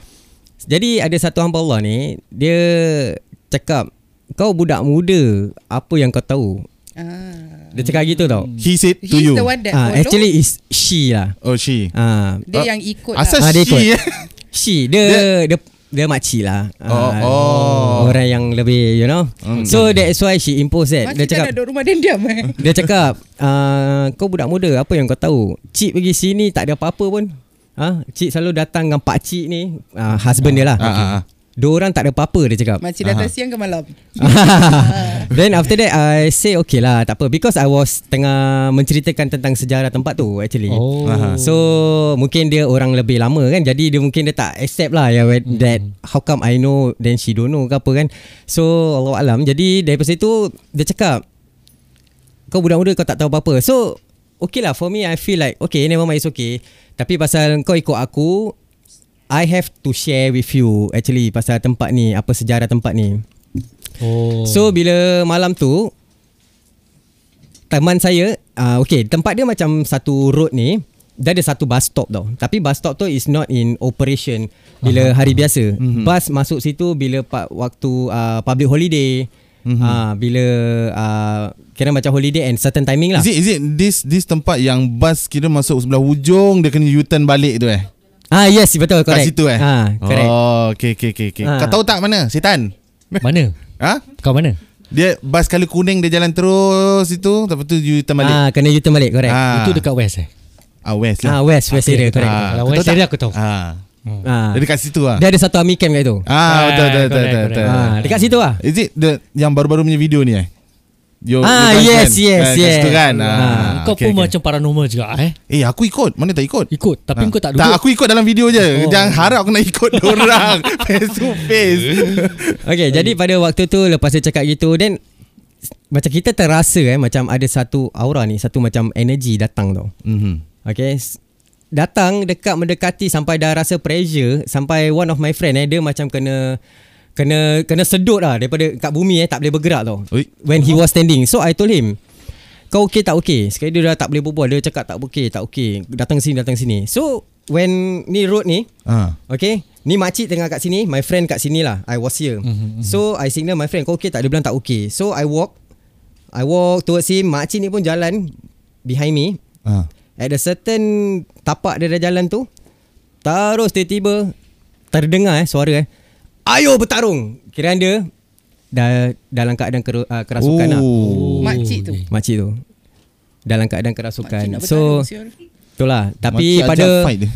[SPEAKER 6] Jadi ada satu hamba Allah ni Dia cakap Kau budak muda Apa yang kau tahu
[SPEAKER 4] Ah.
[SPEAKER 6] Dia cakap gitu tau
[SPEAKER 3] He said to
[SPEAKER 4] He's
[SPEAKER 3] you.
[SPEAKER 4] the one that
[SPEAKER 6] Ah,
[SPEAKER 4] follow.
[SPEAKER 6] Actually is she lah
[SPEAKER 3] Oh she.
[SPEAKER 6] ah,
[SPEAKER 3] Ah,
[SPEAKER 4] dia yang ikut
[SPEAKER 3] Asal
[SPEAKER 4] lah.
[SPEAKER 6] Ah, dia ikut.
[SPEAKER 3] she eh?
[SPEAKER 6] She Dia Dia, dia, dia makcik lah
[SPEAKER 3] Oh,
[SPEAKER 6] Ah,
[SPEAKER 3] oh. Hmm.
[SPEAKER 6] Orang yang lebih You know So that's why she impose that
[SPEAKER 4] Macam
[SPEAKER 6] Dia cakap
[SPEAKER 4] nak duduk rumah dendam eh.
[SPEAKER 6] Dia cakap uh, Kau budak muda Apa yang kau tahu Cik pergi sini Tak ada apa-apa pun ha? Cik selalu datang Dengan pakcik ni uh, Husband dia lah
[SPEAKER 3] Ah, ah, ah.
[SPEAKER 6] Dua orang tak ada apa-apa Dia cakap
[SPEAKER 4] Macam datang siang ke malam.
[SPEAKER 6] Then after that I say okay lah Tak apa Because I was Tengah menceritakan Tentang sejarah tempat tu Actually
[SPEAKER 5] Oh.
[SPEAKER 6] So Mungkin dia orang lebih lama kan Jadi dia mungkin Dia tak accept lah ya, when- That How come I know Then she don't know ke apa kan So Allah Alam Jadi daripada situ Dia cakap Kau budak muda Kau tak tahu apa-apa So Okay lah for me I feel like Okay never mind it's okay Tapi pasal kau ikut aku I have to share with you Actually Pasal tempat ni Apa sejarah tempat ni
[SPEAKER 5] Oh.
[SPEAKER 6] So bila malam tu Teman saya uh, Okay tempat dia macam satu road ni Dia ada satu bus stop tau Tapi bus stop tu is not in operation Bila hari biasa
[SPEAKER 3] Mhm.
[SPEAKER 6] mm-hmm. Bus masuk situ bila pa- waktu uh, public holiday
[SPEAKER 3] Mhm.
[SPEAKER 6] mm-hmm. uh, Bila uh, Kira macam holiday and certain timing lah
[SPEAKER 3] ah. Is it is it this this tempat yang bus kira masuk sebelah hujung dia kena U-turn balik tu eh?
[SPEAKER 6] Ah yes betul
[SPEAKER 3] Kat
[SPEAKER 6] correct
[SPEAKER 3] situ eh?
[SPEAKER 6] ah, Correct oh.
[SPEAKER 3] Oh, okay, okay, okay. okay.
[SPEAKER 6] Ah.
[SPEAKER 3] Kau tahu tak mana? Setan.
[SPEAKER 5] Mana?
[SPEAKER 3] Ha?
[SPEAKER 5] Kau mana?
[SPEAKER 3] Dia bas kali kuning dia jalan terus itu, lepas tu U-turn balik.
[SPEAKER 6] ah, Kena U-turn balik correct ah,
[SPEAKER 5] Itu dekat West eh?
[SPEAKER 3] west
[SPEAKER 6] ah
[SPEAKER 3] lah.
[SPEAKER 6] West West area correct ah.
[SPEAKER 5] Ah. Kalau
[SPEAKER 3] Kau
[SPEAKER 5] West
[SPEAKER 3] tahu
[SPEAKER 5] area
[SPEAKER 3] tak?
[SPEAKER 5] aku tahu.
[SPEAKER 3] Ah.
[SPEAKER 6] Ah.
[SPEAKER 3] Dia dekat situ ah.
[SPEAKER 6] Dia ada satu army camp kat itu
[SPEAKER 3] Ah, betul betul betul
[SPEAKER 5] correct,
[SPEAKER 3] betul. betul.
[SPEAKER 5] correct.
[SPEAKER 6] ah, Dekat situ lah
[SPEAKER 3] Is it the yang baru-baru punya video ni eh? Your,
[SPEAKER 6] Ah,
[SPEAKER 3] your
[SPEAKER 6] yes,
[SPEAKER 3] husband.
[SPEAKER 6] yes,
[SPEAKER 3] Ah, kat situ
[SPEAKER 6] yes.
[SPEAKER 3] kan. Ah,
[SPEAKER 5] Ah, kau
[SPEAKER 3] okay,
[SPEAKER 5] pun
[SPEAKER 3] okay.
[SPEAKER 5] macam paranormal juga eh?
[SPEAKER 3] Eh, aku ikut. Mana tak ikut?
[SPEAKER 5] Ikut
[SPEAKER 3] Ah.
[SPEAKER 5] tapi kau tak duduk.
[SPEAKER 3] Tak, aku ikut dalam video je. Oh. Jangan harap aku nak ikut orang face to face.
[SPEAKER 6] Okay jadi pada waktu tu Lepas dia cakap gitu Then Macam kita terasa eh Macam ada satu aura ni Satu macam energy datang tau
[SPEAKER 3] Mhm.
[SPEAKER 6] Okay s- Datang dekat mendekati Sampai dah rasa pressure Sampai one of my friend eh Dia macam kena Kena kena sedut lah Daripada kat bumi eh Tak boleh bergerak tau
[SPEAKER 3] Oi.
[SPEAKER 6] When he was standing So I told him Kau okay tak okay Sekali dia dah tak boleh berbual Dia cakap tak okay tak okay Datang sini datang sini So When ni road ni
[SPEAKER 3] Ah.
[SPEAKER 6] Okay Ni makcik tengah kat sini My friend kat sini lah I was here mm-hmm, So I signal my friend Kau okay tak? Dia bilang tak okay So I walk I walk towards him Makcik ni pun jalan Behind me
[SPEAKER 3] Ah.
[SPEAKER 6] At a certain Tapak dia dah jalan tu Terus tiba-tiba Terdengar eh suara eh Ayo bertarung Kiraan dia dah, Dalam keadaan keru, uh, kerasukan lah
[SPEAKER 5] Oh,
[SPEAKER 4] Makcik tu.
[SPEAKER 5] okay.
[SPEAKER 6] Makcik tu Dalam keadaan kerasukan
[SPEAKER 4] Makcik nak
[SPEAKER 6] So
[SPEAKER 4] bertarung, sial.
[SPEAKER 6] Itulah Tapi
[SPEAKER 3] Makcik
[SPEAKER 6] pada
[SPEAKER 3] ajak fight dia.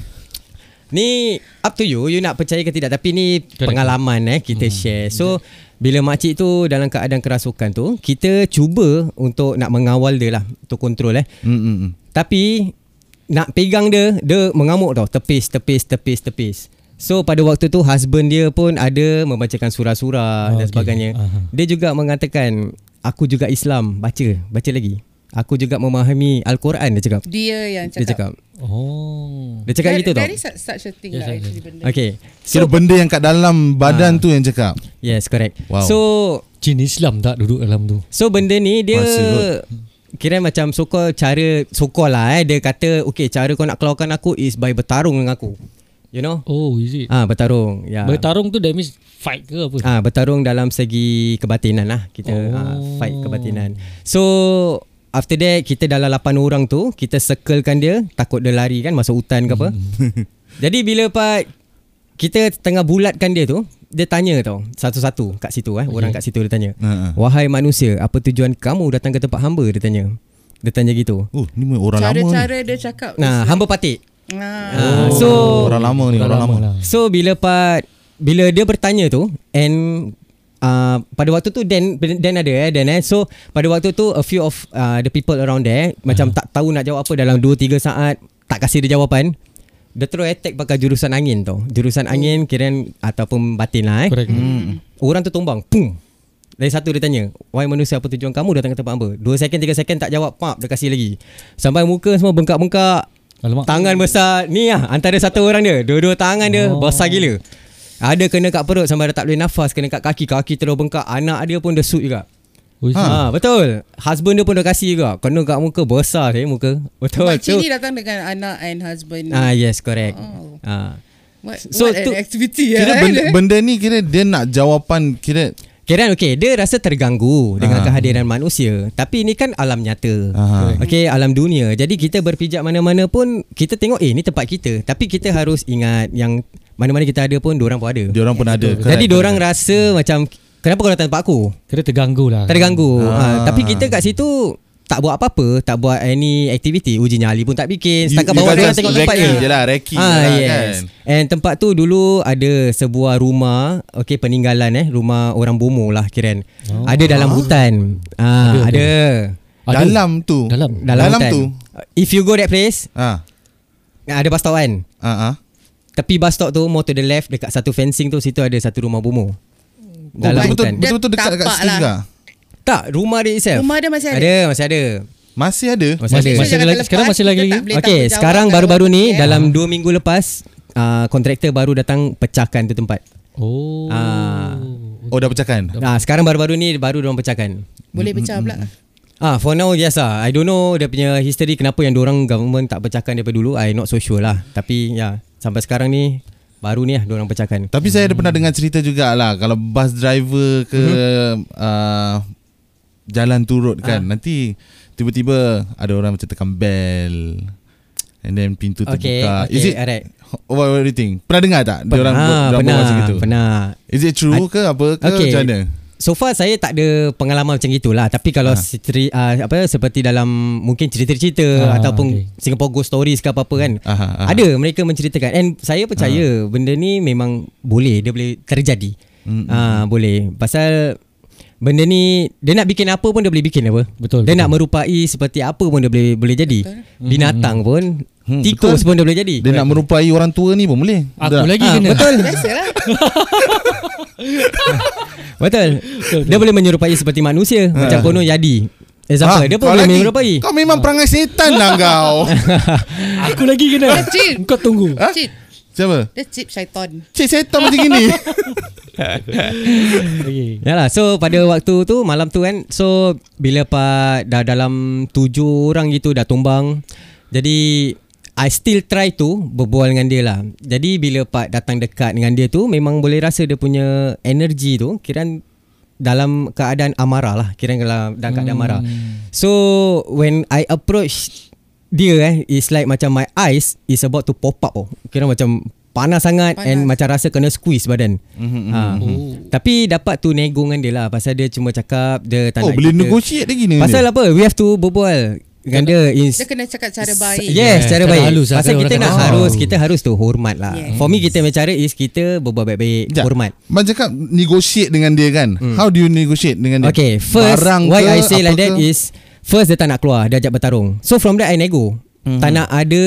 [SPEAKER 6] Ni up to you You nak percaya ke tidak Tapi ni pengalaman eh Kita hmm. share So Bila makcik tu Dalam keadaan kerasukan tu Kita cuba Untuk nak mengawal dia lah Untuk kontrol eh
[SPEAKER 3] Mm, mm, mm.
[SPEAKER 6] Tapi Nak pegang dia Dia mengamuk tau Tepis Tepis Tepis Tepis So pada waktu tu Husband dia pun ada Membacakan surah-surah oh,
[SPEAKER 5] Oh,
[SPEAKER 6] Dan
[SPEAKER 5] okay.
[SPEAKER 6] sebagainya
[SPEAKER 5] Aha.
[SPEAKER 6] Dia juga mengatakan Aku juga Islam Baca Baca lagi Aku juga memahami Al-Quran Dia cakap
[SPEAKER 4] Dia yang
[SPEAKER 6] Dia
[SPEAKER 4] cakap.
[SPEAKER 6] cakap
[SPEAKER 5] Oh.
[SPEAKER 6] Dia cakap
[SPEAKER 4] There-
[SPEAKER 6] gitu tau
[SPEAKER 4] There is such, such a
[SPEAKER 3] Ya,
[SPEAKER 4] thing lah actually benda.
[SPEAKER 6] Okay
[SPEAKER 3] Kira benda yang kat
[SPEAKER 6] Ah.
[SPEAKER 3] dalam badan tu yang cakap.
[SPEAKER 6] Yes, correct.
[SPEAKER 3] Wow.
[SPEAKER 6] So
[SPEAKER 5] Jin Islam tak duduk dalam tu.
[SPEAKER 6] so benda ni dia
[SPEAKER 3] Masih kot.
[SPEAKER 6] kira macam sokol cara sokol lah eh dia kata okay cara kau nak keluarkan aku is by bertarung dengan aku. You know?
[SPEAKER 5] Oh, is it?
[SPEAKER 6] Ah bertarung. Ya.
[SPEAKER 5] Bertarung tu that means fight ke apa?
[SPEAKER 6] Ah bertarung dalam segi kebatinan lah kita oh. ah,
[SPEAKER 5] Oh.
[SPEAKER 6] fight kebatinan. So after that kita dalam 8 orang tu kita circlekan dia takut dia lari kan masuk hutan ke apa. Jadi bila pak kita tengah bulatkan dia tu dia tanya tau satu-satu kat situ eh orang kat situ dia tanya.
[SPEAKER 3] Ha, ha.
[SPEAKER 6] Wahai manusia, apa tujuan kamu datang ke tempat hamba? Dia tanya. Dia tanya gitu.
[SPEAKER 3] Oh, ni memang orang lama ni.
[SPEAKER 4] Cara-cara dia cakap.
[SPEAKER 6] Nah, hamba patik.
[SPEAKER 4] Ah.
[SPEAKER 6] Oh. So
[SPEAKER 3] orang lama ni, orang lama.
[SPEAKER 5] lah.
[SPEAKER 6] so bila part bila dia bertanya tu and Uh, pada waktu tu Dan Dan ada eh Dan eh So pada waktu tu A few of uh, The people around there Macam tak tahu nak jawab apa Dalam 2-3 saat Tak kasih dia jawapan Dia terus attack Pakai jurusan angin tau Jurusan angin Kira Ataupun batin lah eh
[SPEAKER 5] Correct.
[SPEAKER 6] Orang tu tumbang Pum Dari satu dia tanya Why manusia apa tujuan kamu datang ke tempat hamba Dua second tiga second tak jawab Pap dia kasih lagi Sampai muka semua bengkak-bengkak
[SPEAKER 5] Alamak.
[SPEAKER 6] Tangan besar Ni lah antara satu orang dia Dua-dua tangan dia oh. Besar gila Ada kena kat perut Sampai dah tak boleh nafas Kena kat kaki Kaki terus bengkak Anak dia pun dah shoot juga
[SPEAKER 5] Oh, is it?
[SPEAKER 6] ha. ha. betul Husband dia pun dah kasih juga Kena kat muka Besar saya muka Betul
[SPEAKER 4] Makcik
[SPEAKER 6] tu
[SPEAKER 4] ni datang dengan anak and husband.
[SPEAKER 6] Ah yes correct
[SPEAKER 4] Oh.
[SPEAKER 6] ah.
[SPEAKER 4] What,
[SPEAKER 6] So,
[SPEAKER 4] so, what an
[SPEAKER 6] tu-
[SPEAKER 4] activity
[SPEAKER 3] Kira
[SPEAKER 4] ya.
[SPEAKER 3] benda, benda ni kira dia nak jawapan kira
[SPEAKER 6] Kiran okey dia rasa terganggu dengan kehadiran manusia tapi ini kan alam nyata.
[SPEAKER 3] Ah. Aha.
[SPEAKER 6] Okey alam dunia. Jadi kita berpijak mana-mana pun kita tengok eh ni tempat kita tapi kita harus ingat yang mana-mana kita ada pun diorang pun ada.
[SPEAKER 3] dia Hmm. orang pun ada.
[SPEAKER 6] Ya, Jadi diorang rasa macam kenapa kau datang tempat aku?
[SPEAKER 5] Kena terganggu lah
[SPEAKER 6] Terganggu.
[SPEAKER 3] Ah.
[SPEAKER 6] Ha, tapi kita kat situ tak buat apa-apa, tak buat any aktiviti. Uji nyali pun tak bikin. Setakat bawa dia orang tengok tempat
[SPEAKER 3] reki
[SPEAKER 6] je.
[SPEAKER 3] je lah, reki je
[SPEAKER 6] Ah,
[SPEAKER 3] lah
[SPEAKER 6] yes.
[SPEAKER 3] kan.
[SPEAKER 6] And tempat tu dulu ada sebuah rumah, okay peninggalan eh, rumah orang bomo lah kiran. Oh. Ada dalam hutan. Ah, ada. ada.
[SPEAKER 5] Aduh.
[SPEAKER 3] Dalam tu.
[SPEAKER 5] Dalam.
[SPEAKER 6] Dalam,
[SPEAKER 3] Dalam
[SPEAKER 6] hutan.
[SPEAKER 3] tu.
[SPEAKER 6] If you go that place,
[SPEAKER 3] Ah.
[SPEAKER 6] ada bus stop kan?
[SPEAKER 3] Ah ah.
[SPEAKER 6] Tepi bus stop tu, more to the left, dekat satu fencing tu, situ ada satu rumah bomo. Dalam
[SPEAKER 3] Oh, betul,
[SPEAKER 6] hutan.
[SPEAKER 3] betul, betul, betul dekat dekat
[SPEAKER 4] Tapak
[SPEAKER 3] situ
[SPEAKER 4] lah.
[SPEAKER 3] juga.
[SPEAKER 6] Tak, rumah dia itself.
[SPEAKER 4] Rumah dia masih ada?
[SPEAKER 6] Ada, masih ada.
[SPEAKER 3] Masih ada.
[SPEAKER 6] Masih ada.
[SPEAKER 5] Masih, masih ada
[SPEAKER 4] Jangan
[SPEAKER 5] lagi
[SPEAKER 4] terlepas,
[SPEAKER 5] Sekarang masih
[SPEAKER 4] kita
[SPEAKER 5] lagi lagi
[SPEAKER 4] tak boleh
[SPEAKER 6] Okey,
[SPEAKER 4] tanggungjawab
[SPEAKER 6] sekarang
[SPEAKER 4] kalau
[SPEAKER 6] baru-baru ni
[SPEAKER 4] eh.
[SPEAKER 6] dalam 2 minggu lepas uh, kontraktor baru datang pecahkan tu tempat.
[SPEAKER 5] Oh
[SPEAKER 6] Ah.
[SPEAKER 3] Oh dah pecahkan.
[SPEAKER 6] Nah, sekarang baru-baru ni baru diorang pecahkan.
[SPEAKER 4] Boleh pecah pula.
[SPEAKER 6] Ah, for now yes lah. I don't know dia punya history kenapa yang diorang government tak pecahkan daripada dulu. I not so sure lah. Tapi ya, yeah, sampai sekarang ni baru ni lah diorang pecahkan.
[SPEAKER 3] Tapi saya ada pernah dengar cerita jugalah kalau bus driver ke
[SPEAKER 6] Mhm.
[SPEAKER 3] uh, jalan turut kan
[SPEAKER 6] Ah.
[SPEAKER 3] nanti tiba-tiba ada orang macam tekan bell and then pintu
[SPEAKER 6] Okay,
[SPEAKER 3] terbuka. Is
[SPEAKER 6] okay,
[SPEAKER 3] it
[SPEAKER 6] alright.
[SPEAKER 3] What, what do you think? Pernah dengar tak? Dia orang
[SPEAKER 6] Ah,
[SPEAKER 3] dia orang buat
[SPEAKER 6] pernah,
[SPEAKER 3] macam gitu.
[SPEAKER 6] pernah.
[SPEAKER 3] Is it true ke apa ke okay.
[SPEAKER 6] Okay.
[SPEAKER 3] macam mana?
[SPEAKER 6] So far saya tak ada pengalaman macam itulah tapi
[SPEAKER 3] Ah.
[SPEAKER 6] kalau ha. cerita, uh, apa seperti dalam mungkin cerita-cerita
[SPEAKER 5] Ah,
[SPEAKER 6] ataupun
[SPEAKER 5] okay.
[SPEAKER 6] okay. Singapore Ghost Stories ke apa-apa kan.
[SPEAKER 3] Aha, aha.
[SPEAKER 6] Ada mereka menceritakan and saya percaya benda ni memang boleh dia boleh terjadi. Mm, boleh pasal benda ni dia nak bikin apa pun dia boleh bikin apa.
[SPEAKER 5] Betul,
[SPEAKER 6] Dia
[SPEAKER 5] betul.
[SPEAKER 6] nak merupai seperti apa pun dia boleh boleh jadi. Mm-hmm. Binatang pun,
[SPEAKER 3] Hmm,
[SPEAKER 6] tikus
[SPEAKER 3] betul.
[SPEAKER 6] pun dia boleh jadi.
[SPEAKER 3] Dia nak merupai orang tua ni pun boleh.
[SPEAKER 5] Aku
[SPEAKER 3] Tak?
[SPEAKER 5] lagi
[SPEAKER 6] Ah,
[SPEAKER 5] kena
[SPEAKER 6] betul.
[SPEAKER 4] Biasalah.
[SPEAKER 6] Betul. dia boleh menyerupai seperti manusia. Macam kono jadi. Example,
[SPEAKER 3] Ah,
[SPEAKER 6] dia pun
[SPEAKER 3] kau
[SPEAKER 6] boleh
[SPEAKER 3] lagi.
[SPEAKER 6] menyerupai.
[SPEAKER 3] Kau memang perangai setan lah kau.
[SPEAKER 5] Aku lagi kena
[SPEAKER 4] Kecil.
[SPEAKER 5] Kau tunggu
[SPEAKER 3] Ha?
[SPEAKER 4] Cip.
[SPEAKER 3] Siapa?
[SPEAKER 4] Dia cip syaitan.
[SPEAKER 3] Cik setan macam gini.
[SPEAKER 5] okay.
[SPEAKER 6] Yalah, Ya lah, so pada waktu tu malam tu kan. So bila pak dah dalam tujuh orang gitu dah tumbang. Jadi I still try to berbual dengan dia lah. Jadi bila pak datang dekat dengan dia tu memang boleh rasa dia punya energy tu kiran dalam keadaan amarah lah. Kiran dalam dalam keadaan amarah. So when I approach dia eh is like macam my eyes is about to pop up oh. Kira macam panas sangat panas. and
[SPEAKER 4] Panas.
[SPEAKER 6] macam rasa kena squeeze badan. Mm-hmm, ha. oh. Tapi dapat tu nego dengan dia lah pasal dia cuma cakap dia tak
[SPEAKER 3] oh,
[SPEAKER 6] nak
[SPEAKER 3] boleh
[SPEAKER 6] kita-
[SPEAKER 3] negotiate lagi ni.
[SPEAKER 6] Pasal apa? We have to berbual dengan dia is
[SPEAKER 4] Dia kena cakap cara baik.
[SPEAKER 6] Yes, cara
[SPEAKER 5] Cara
[SPEAKER 6] baik.
[SPEAKER 5] halus lah,
[SPEAKER 6] Pasal
[SPEAKER 5] cara
[SPEAKER 6] kita
[SPEAKER 5] orang
[SPEAKER 6] nak
[SPEAKER 5] kata.
[SPEAKER 6] harus
[SPEAKER 5] Oh.
[SPEAKER 6] kita harus tu hormat lah.
[SPEAKER 4] Yes.
[SPEAKER 6] For me kita punya cara is kita berbual baik-baik,
[SPEAKER 3] Sekejap.
[SPEAKER 6] hormat.
[SPEAKER 3] Abang cakap negotiate dengan dia kan. Hmm. How do you negotiate dengan Kan dia?
[SPEAKER 6] Okay, first
[SPEAKER 3] Barang
[SPEAKER 6] why
[SPEAKER 3] ke,
[SPEAKER 6] I say
[SPEAKER 3] apa
[SPEAKER 6] like that
[SPEAKER 3] ke?
[SPEAKER 6] is first dia tak nak keluar, dia ajak bertarung. So from that I nego.
[SPEAKER 3] Hmm.
[SPEAKER 6] Mm-hmm. Tak nak ada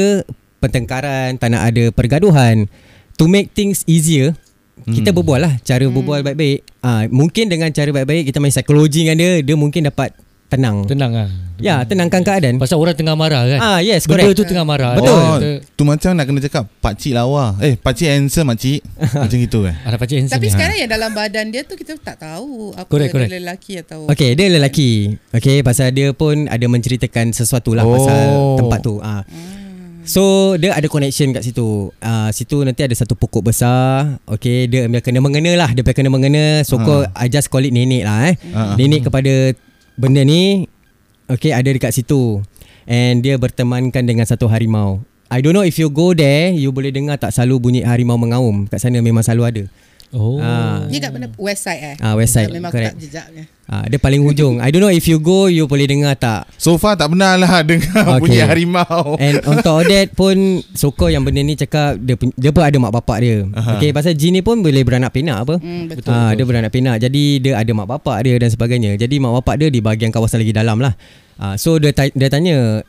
[SPEAKER 6] pertengkaran, tak nak ada pergaduhan. To make things easier, kita
[SPEAKER 3] Hmm.
[SPEAKER 6] berbual lah cara berbual baik-baik. Ah mungkin dengan cara baik-baik kita main psikologi dengan dia, dia mungkin dapat tenang.
[SPEAKER 5] Tenang lah
[SPEAKER 6] ya, tenangkan keadaan.
[SPEAKER 5] Pasal orang tengah marah kan
[SPEAKER 6] Ah, yes,
[SPEAKER 5] Benda
[SPEAKER 6] correct.
[SPEAKER 5] tu tengah marah
[SPEAKER 6] Betul.
[SPEAKER 3] Oh,
[SPEAKER 5] Kita-
[SPEAKER 3] tu macam nak kena cakap Pakcik lawa Eh pakcik handsome makcik Macam gitu eh
[SPEAKER 5] Anak pakcik handsome
[SPEAKER 4] Tapi
[SPEAKER 5] ni.
[SPEAKER 4] sekarang yang dalam badan dia tu kita tak tahu apa
[SPEAKER 5] Correct,
[SPEAKER 4] correct, correct. dia
[SPEAKER 5] correct.
[SPEAKER 4] lelaki atau
[SPEAKER 6] Okay, dia lelaki. Okay, pasal dia pun ada menceritakan sesuatu lah oh. pasal
[SPEAKER 3] Oh.
[SPEAKER 6] tempat tu. Ah. So, dia ada connection kat situ. Ah, situ nanti ada satu pokok besar. Okay, dia punya kena mengena lah. Dia punya kena mengena. So, ha. I just call it nenek lah eh.
[SPEAKER 3] Ah.
[SPEAKER 6] Nenek kepada benda ni, okay, ada dekat situ. And dia bertemankan dengan satu harimau. I don't know if you go there, you boleh dengar tak selalu bunyi harimau mengaum. Kat sana memang selalu ada.
[SPEAKER 5] Oh
[SPEAKER 6] Ah.
[SPEAKER 4] Ni kat mana west side eh?
[SPEAKER 6] Ah, west side,
[SPEAKER 4] Memang
[SPEAKER 6] correct.
[SPEAKER 4] aku tak jejaknya.
[SPEAKER 6] Ah, dia paling hujung. I don't know if you go, you boleh dengar tak.
[SPEAKER 3] So far tak pernah lah
[SPEAKER 6] Okay.
[SPEAKER 3] Dengar okay.
[SPEAKER 6] Eh.
[SPEAKER 3] bunyi harimau
[SPEAKER 6] And on top of that pun Soko yang benda ni cakap Dia, pun- dia pun ada mak bapak dia
[SPEAKER 3] Aha.
[SPEAKER 6] uh-huh. Okay pasal jin ni pun Boleh beranak pinak apa
[SPEAKER 4] Hmm, betul.
[SPEAKER 6] betul, ha, betul. Dia beranak pinak Jadi dia ada mak bapak dia Dan sebagainya Jadi mak bapak dia Di bahagian kawasan lagi dalam lah ha, So dia, ta- dia tanya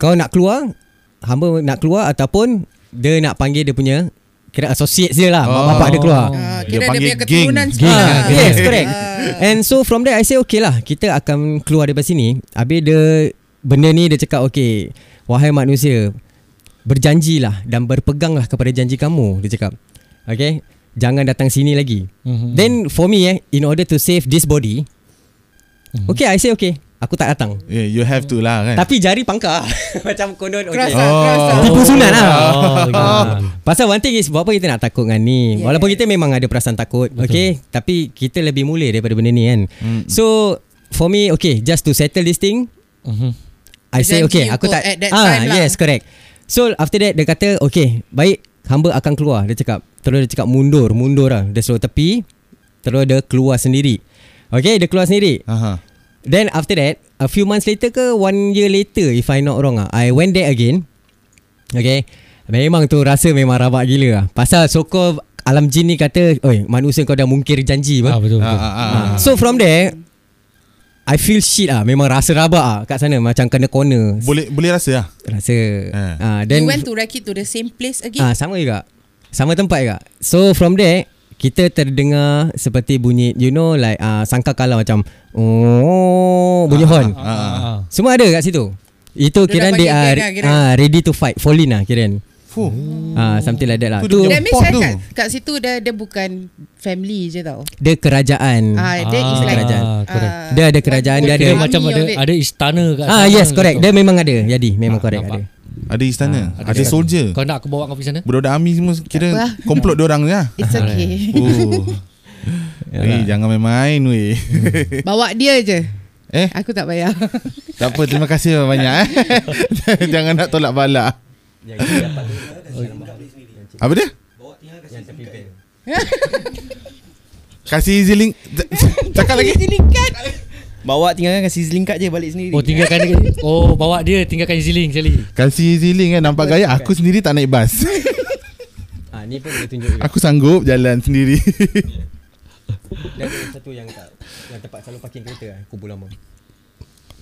[SPEAKER 6] Kau nak keluar Hamba nak keluar Ataupun Dia nak panggil dia punya Kira associates dia lah oh. Mak
[SPEAKER 3] Oh.
[SPEAKER 6] bapak dia keluar
[SPEAKER 4] Ah,
[SPEAKER 3] Dia
[SPEAKER 4] kira dia
[SPEAKER 3] panggil
[SPEAKER 4] punya keturunan
[SPEAKER 3] geng.
[SPEAKER 4] semua.
[SPEAKER 6] Ah,
[SPEAKER 4] Ah.
[SPEAKER 6] yes, correct. Eh,
[SPEAKER 4] Ah.
[SPEAKER 6] And so from there I say okay lah Kita akan keluar daripada sini Habis dia Benda ni dia cakap okay Wahai manusia Berjanjilah Dan berpeganglah kepada janji kamu Dia cakap Okay Jangan datang sini lagi
[SPEAKER 5] Mhm.
[SPEAKER 6] Then for me eh In order to save this body Okay I say okay Aku tak datang.
[SPEAKER 3] Yeah, you have to lah kan.
[SPEAKER 6] Tapi jari pangkar Macam konon
[SPEAKER 4] Keras
[SPEAKER 6] okay.
[SPEAKER 4] lah, keras lah.
[SPEAKER 6] oh. Tipu sunat lah
[SPEAKER 5] Oh, ya.
[SPEAKER 6] Ah. Pasal one thing is Buat apa kita nak takut dengan ni
[SPEAKER 4] Yes.
[SPEAKER 6] yeah. Walaupun kita memang ada perasaan takut Okay Tapi kita lebih mulia daripada benda ni kan
[SPEAKER 4] Hmm.
[SPEAKER 6] mm. So For me Okay Just to settle this thing
[SPEAKER 5] Mhm.
[SPEAKER 6] I say
[SPEAKER 4] Janji
[SPEAKER 6] okay
[SPEAKER 4] you
[SPEAKER 6] Aku
[SPEAKER 4] go
[SPEAKER 6] tak Ah,
[SPEAKER 4] at that time lah.
[SPEAKER 6] Yes correct So after that Dia kata Okay Baik Hamba akan keluar Dia cakap Terus dia cakap mundur Mundur lah Dia suruh tepi Terus dia keluar sendiri Okay dia keluar sendiri
[SPEAKER 3] Aha.
[SPEAKER 6] Then after that A few months later ke One year later If I not wrong ah, I went there again Okay Memang tu rasa memang rabak gila lah Pasal sokol Alam jin ni kata Oi manusia kau dah mungkir janji
[SPEAKER 5] Ah,
[SPEAKER 6] apa?
[SPEAKER 5] betul.
[SPEAKER 3] Ah,
[SPEAKER 5] betul.
[SPEAKER 3] ah, ah.
[SPEAKER 6] Ah. So from there I feel shit ah Memang rasa rabak ah Kat sana Macam kena corner
[SPEAKER 3] Boleh boleh rasa lah.
[SPEAKER 6] Rasa
[SPEAKER 3] Ah.
[SPEAKER 6] ah.
[SPEAKER 4] Then,
[SPEAKER 6] Then
[SPEAKER 4] you went to Raki to the same place
[SPEAKER 6] ah,
[SPEAKER 4] again?
[SPEAKER 6] Sama juga Sama tempat juga So from there Kita terdengar Seperti bunyi You know like ah, Sangka kala macam Oh Bunyi horn
[SPEAKER 5] Ah, ah, ah.
[SPEAKER 6] Semua ada kat situ. Itu
[SPEAKER 4] Dia
[SPEAKER 6] kira
[SPEAKER 4] dah
[SPEAKER 6] dia
[SPEAKER 4] bagi
[SPEAKER 6] are
[SPEAKER 4] plan lah, kira.
[SPEAKER 6] ah, ready to fight, fall in lah kira.
[SPEAKER 3] Fuh.
[SPEAKER 4] Hmm.
[SPEAKER 6] Ah something like that lah.
[SPEAKER 3] Tu
[SPEAKER 6] Tu
[SPEAKER 3] dia
[SPEAKER 4] That means
[SPEAKER 3] Pop
[SPEAKER 4] saya
[SPEAKER 3] tu.
[SPEAKER 4] kat, kat situ dia, dia bukan family je tau.
[SPEAKER 6] dia kerajaan.
[SPEAKER 4] Ah, that is like
[SPEAKER 5] Ah,
[SPEAKER 6] Hmm. kerajaan.
[SPEAKER 5] correct.
[SPEAKER 4] ah,
[SPEAKER 6] Dia ada kerajaan,
[SPEAKER 4] one
[SPEAKER 6] dia
[SPEAKER 5] Dia,
[SPEAKER 6] ada-
[SPEAKER 5] kira
[SPEAKER 4] army
[SPEAKER 5] macam
[SPEAKER 4] of
[SPEAKER 5] ada
[SPEAKER 4] it.
[SPEAKER 5] ada istana kat
[SPEAKER 6] Ah
[SPEAKER 5] sana
[SPEAKER 6] yes correct.
[SPEAKER 5] gitu.
[SPEAKER 6] Dia memang ada. Jadi memang
[SPEAKER 5] Ah,
[SPEAKER 6] correct
[SPEAKER 5] nampak.
[SPEAKER 6] ada.
[SPEAKER 3] Ada istana,
[SPEAKER 5] Ah,
[SPEAKER 3] ada, ada soldier.
[SPEAKER 5] Kau nak aku bawa kau pergi sana?
[SPEAKER 3] Budak-budak army semua kira
[SPEAKER 4] Apalah.
[SPEAKER 3] komplot dia orang lah.
[SPEAKER 4] It's okay.
[SPEAKER 3] Oh. Eh, jangan main-main weh.
[SPEAKER 6] Hmm. Ah.
[SPEAKER 4] Bawa dia je.
[SPEAKER 3] eh,
[SPEAKER 4] Aku tak bayar.
[SPEAKER 3] tak apa terima kasih banyak eh. jangan nak tolak balak. Apa dia? Kasih easy link Cakap lagi
[SPEAKER 4] Izinkan.
[SPEAKER 7] Bawa tinggalkan kasi link card je balik sendiri.
[SPEAKER 5] Oh tinggalkan dia. Oh bawa dia tinggalkan Ziling sekali.
[SPEAKER 3] Kasih easy link kan Nampak gaya Aku sendiri tak naik bas
[SPEAKER 6] Ah ni pun boleh tunjuk
[SPEAKER 3] Aku sanggup jalan sendiri
[SPEAKER 6] Dia ada satu yang kat yang tempat selalu parking kereta ah, kubur lama.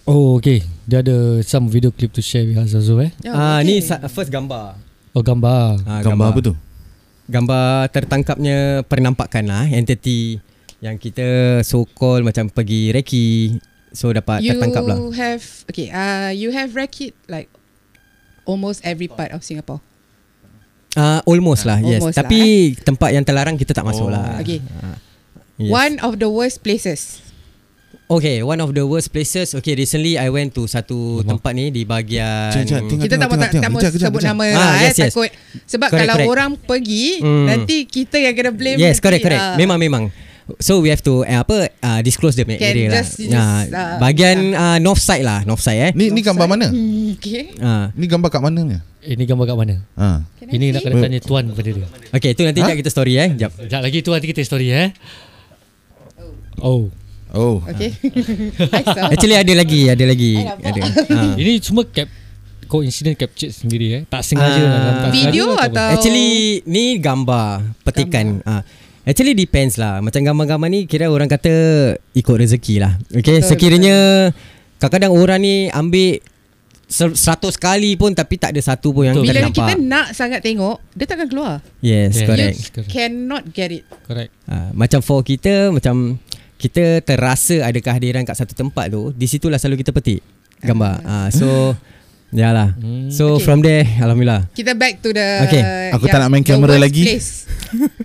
[SPEAKER 5] Oh okay. Dia ada some video clip to share with us also eh.
[SPEAKER 4] Ya, Oh,
[SPEAKER 6] Ah ni sa- first gambar.
[SPEAKER 5] Oh gambar.
[SPEAKER 6] Ah,
[SPEAKER 3] Gambar apa tu?
[SPEAKER 6] Gambar tertangkapnya pernampakan lah entity yang kita so called macam pergi reki so dapat
[SPEAKER 4] you
[SPEAKER 6] tertangkap lah.
[SPEAKER 4] have okay. Uh, you have racket like almost every part of Singapore.
[SPEAKER 6] Uh, almost lah, yes.
[SPEAKER 4] Almost
[SPEAKER 6] Tapi lah, eh? tempat yang terlarang kita tak masuk oh. lah.
[SPEAKER 4] Okay.
[SPEAKER 6] Uh,
[SPEAKER 4] One of the worst places.
[SPEAKER 6] Okay, one of the worst places. Okay, recently I went to satu
[SPEAKER 5] Rumah.
[SPEAKER 6] tempat ni di bahagian.
[SPEAKER 3] Cik, cik, tengok,
[SPEAKER 4] Kita tak mau
[SPEAKER 3] tengok,
[SPEAKER 4] tak, tak mau
[SPEAKER 3] tengok. Kejap, kejap,
[SPEAKER 4] sebut
[SPEAKER 3] kejap.
[SPEAKER 4] nama
[SPEAKER 6] Ah,
[SPEAKER 4] lah eh,
[SPEAKER 6] yes, yes.
[SPEAKER 4] takut. Sebab
[SPEAKER 6] Correct,
[SPEAKER 4] kalau
[SPEAKER 6] correct.
[SPEAKER 4] orang pergi
[SPEAKER 6] Hmm.
[SPEAKER 4] nanti kita yang kena blame.
[SPEAKER 6] Yes,
[SPEAKER 4] nanti,
[SPEAKER 6] correct, correct.
[SPEAKER 4] ah.
[SPEAKER 6] Memang, memang. So we have to eh, apa uh, disclose the
[SPEAKER 4] Can
[SPEAKER 6] area lah.
[SPEAKER 4] just- just,
[SPEAKER 6] Ah,
[SPEAKER 4] ah,
[SPEAKER 6] bahagian uh, north side lah, north side eh.
[SPEAKER 3] Ni ni gambar mana?
[SPEAKER 4] Hmm, okay.
[SPEAKER 6] Ah,
[SPEAKER 3] Ni gambar kat mana ni?
[SPEAKER 5] Ini gambar kat mana?
[SPEAKER 3] Ha.
[SPEAKER 4] Can I
[SPEAKER 5] Ini nak
[SPEAKER 4] see?
[SPEAKER 5] kena tanya tuan pada dia.
[SPEAKER 6] okay, tu nanti
[SPEAKER 3] Ha?
[SPEAKER 6] huh? kita story eh. Jap.
[SPEAKER 5] Sekejap lagi tu nanti kita story eh. Oh.
[SPEAKER 3] Oh.
[SPEAKER 4] Okay.
[SPEAKER 6] Ah.
[SPEAKER 4] I saw.
[SPEAKER 6] Actually ada lagi, ada lagi.
[SPEAKER 4] I nampak.
[SPEAKER 6] Ada. Ah.
[SPEAKER 5] Ini semua cap coincident captured sendiri eh. Tak sengaja
[SPEAKER 6] Ah.
[SPEAKER 5] lah. tak sengaja
[SPEAKER 4] Video
[SPEAKER 5] lah, tak apa.
[SPEAKER 4] atau-
[SPEAKER 6] Actually ni Oh. gambar petikan. Ah. Actually depends lah. Macam gambar-gambar ni kira orang kata ikut rezeki lah. Okay,
[SPEAKER 4] Betul,
[SPEAKER 6] sekiranya kadang-kadang orang ni ambil ser- 100 kali pun tapi tak ada satu pun yang
[SPEAKER 5] Betul. kan?
[SPEAKER 4] Bila
[SPEAKER 6] kita
[SPEAKER 4] kita
[SPEAKER 6] nampak.
[SPEAKER 4] nak sangat tengok, dia takkan keluar.
[SPEAKER 6] Yes,
[SPEAKER 5] Yes,
[SPEAKER 6] correct.
[SPEAKER 5] yes, correct.
[SPEAKER 4] Cannot get it.
[SPEAKER 5] Correct.
[SPEAKER 6] Ah, macam for kita macam kita terasa ada kehadiran kat satu tempat tu, di situlah selalu kita petik gambar. Ah, so yalah. So
[SPEAKER 5] Hmm.
[SPEAKER 4] Okay.
[SPEAKER 6] from there alhamdulillah.
[SPEAKER 4] Kita back to the
[SPEAKER 6] Okay,
[SPEAKER 3] aku tak
[SPEAKER 4] yang-
[SPEAKER 3] nak main
[SPEAKER 4] the
[SPEAKER 3] kamera
[SPEAKER 4] worst
[SPEAKER 3] lagi.
[SPEAKER 4] Place.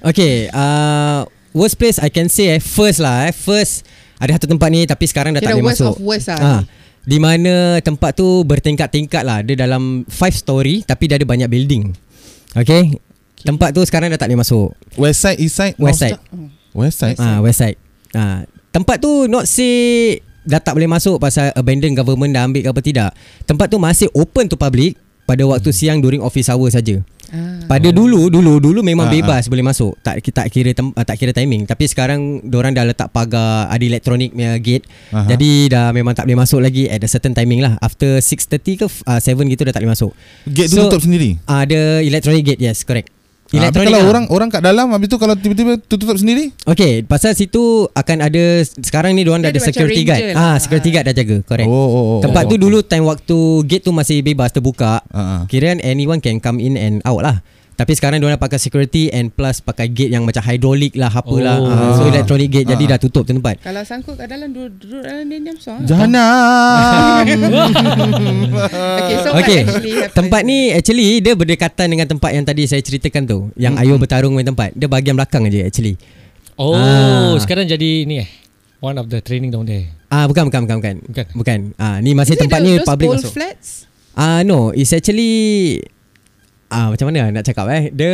[SPEAKER 6] Okay uh, Worst place I can say eh, First lah eh, First Ada satu tempat ni Tapi sekarang dah
[SPEAKER 4] Kira
[SPEAKER 6] tak boleh
[SPEAKER 4] worst
[SPEAKER 6] masuk
[SPEAKER 4] of worst lah.
[SPEAKER 6] Ah, Di mana tempat tu Bertingkat-tingkat lah Dia dalam five story Tapi dia ada banyak building Okay, okay. Tempat tu sekarang dah tak boleh masuk
[SPEAKER 3] West side, east side,
[SPEAKER 6] West side
[SPEAKER 3] north- West side.
[SPEAKER 6] ah, West side ah, Tempat tu not say Dah tak boleh masuk Pasal abandoned government Dah ambil ke apa tidak Tempat tu masih open to public Pada waktu hmm. siang During office hour saja.
[SPEAKER 4] Ah.
[SPEAKER 6] Pada dulu dulu dulu memang
[SPEAKER 3] Hmm.
[SPEAKER 6] uh,
[SPEAKER 3] Ah,
[SPEAKER 6] bebas boleh masuk. Tak kita tak kira tem, ah, tak kira timing. Tapi sekarang orang dah letak pagar ada elektronik punya gate.
[SPEAKER 3] Aha.
[SPEAKER 6] Uh-huh. Jadi dah memang tak boleh masuk lagi at a certain timing lah. After 6:30 ke uh, 7 gitu dah tak boleh masuk.
[SPEAKER 3] Gate tu
[SPEAKER 6] So-
[SPEAKER 3] tutup sendiri.
[SPEAKER 6] Ah, Ada electronic gate yes correct.
[SPEAKER 3] Ha, habis kalau
[SPEAKER 6] lah.
[SPEAKER 3] orang orang kat dalam habis tu kalau tiba-tiba tu tutup sendiri?
[SPEAKER 6] Okay pasal situ akan ada sekarang ni orang dah ada
[SPEAKER 4] Dia ada macam
[SPEAKER 6] security
[SPEAKER 4] ranger
[SPEAKER 6] guard.
[SPEAKER 4] lah.
[SPEAKER 6] Ah security guard dah jaga correct.
[SPEAKER 3] Oh, oh, oh.
[SPEAKER 6] Tempat
[SPEAKER 3] oh,
[SPEAKER 6] tu dulu time waktu gate tu masih bebas terbuka.
[SPEAKER 3] Ha, ha.
[SPEAKER 6] Kira anyone can come in and out lah. Tapi sekarang diorang pakai security and plus pakai gate yang macam hydraulic lah apalah.
[SPEAKER 5] Oh.
[SPEAKER 6] Oh. so electronic gate jadi dah tutup tu tempat.
[SPEAKER 4] Kalau sangkut kat dalam duduk, duduk dalam dia diam so. ah.
[SPEAKER 3] Jahanam.
[SPEAKER 4] Okay, so
[SPEAKER 6] Okay.
[SPEAKER 4] what actually happened?
[SPEAKER 6] Tempat ni actually dia berdekatan dengan tempat yang tadi saya ceritakan tu. Yang Ayo bertarung main tempat. Dia bahagian belakang aje actually.
[SPEAKER 5] Oh,
[SPEAKER 6] Ah.
[SPEAKER 5] sekarang jadi ni eh. one of the training down there.
[SPEAKER 6] Ah bukan bukan bukan bukan.
[SPEAKER 5] Bukan.
[SPEAKER 6] Bukan. Ah ni masih
[SPEAKER 4] Is it
[SPEAKER 6] tempatnya
[SPEAKER 4] those
[SPEAKER 6] public
[SPEAKER 4] old
[SPEAKER 6] masuk.
[SPEAKER 4] flats?
[SPEAKER 6] Ah uh, no, it's actually ah macam mana nak cakap eh? The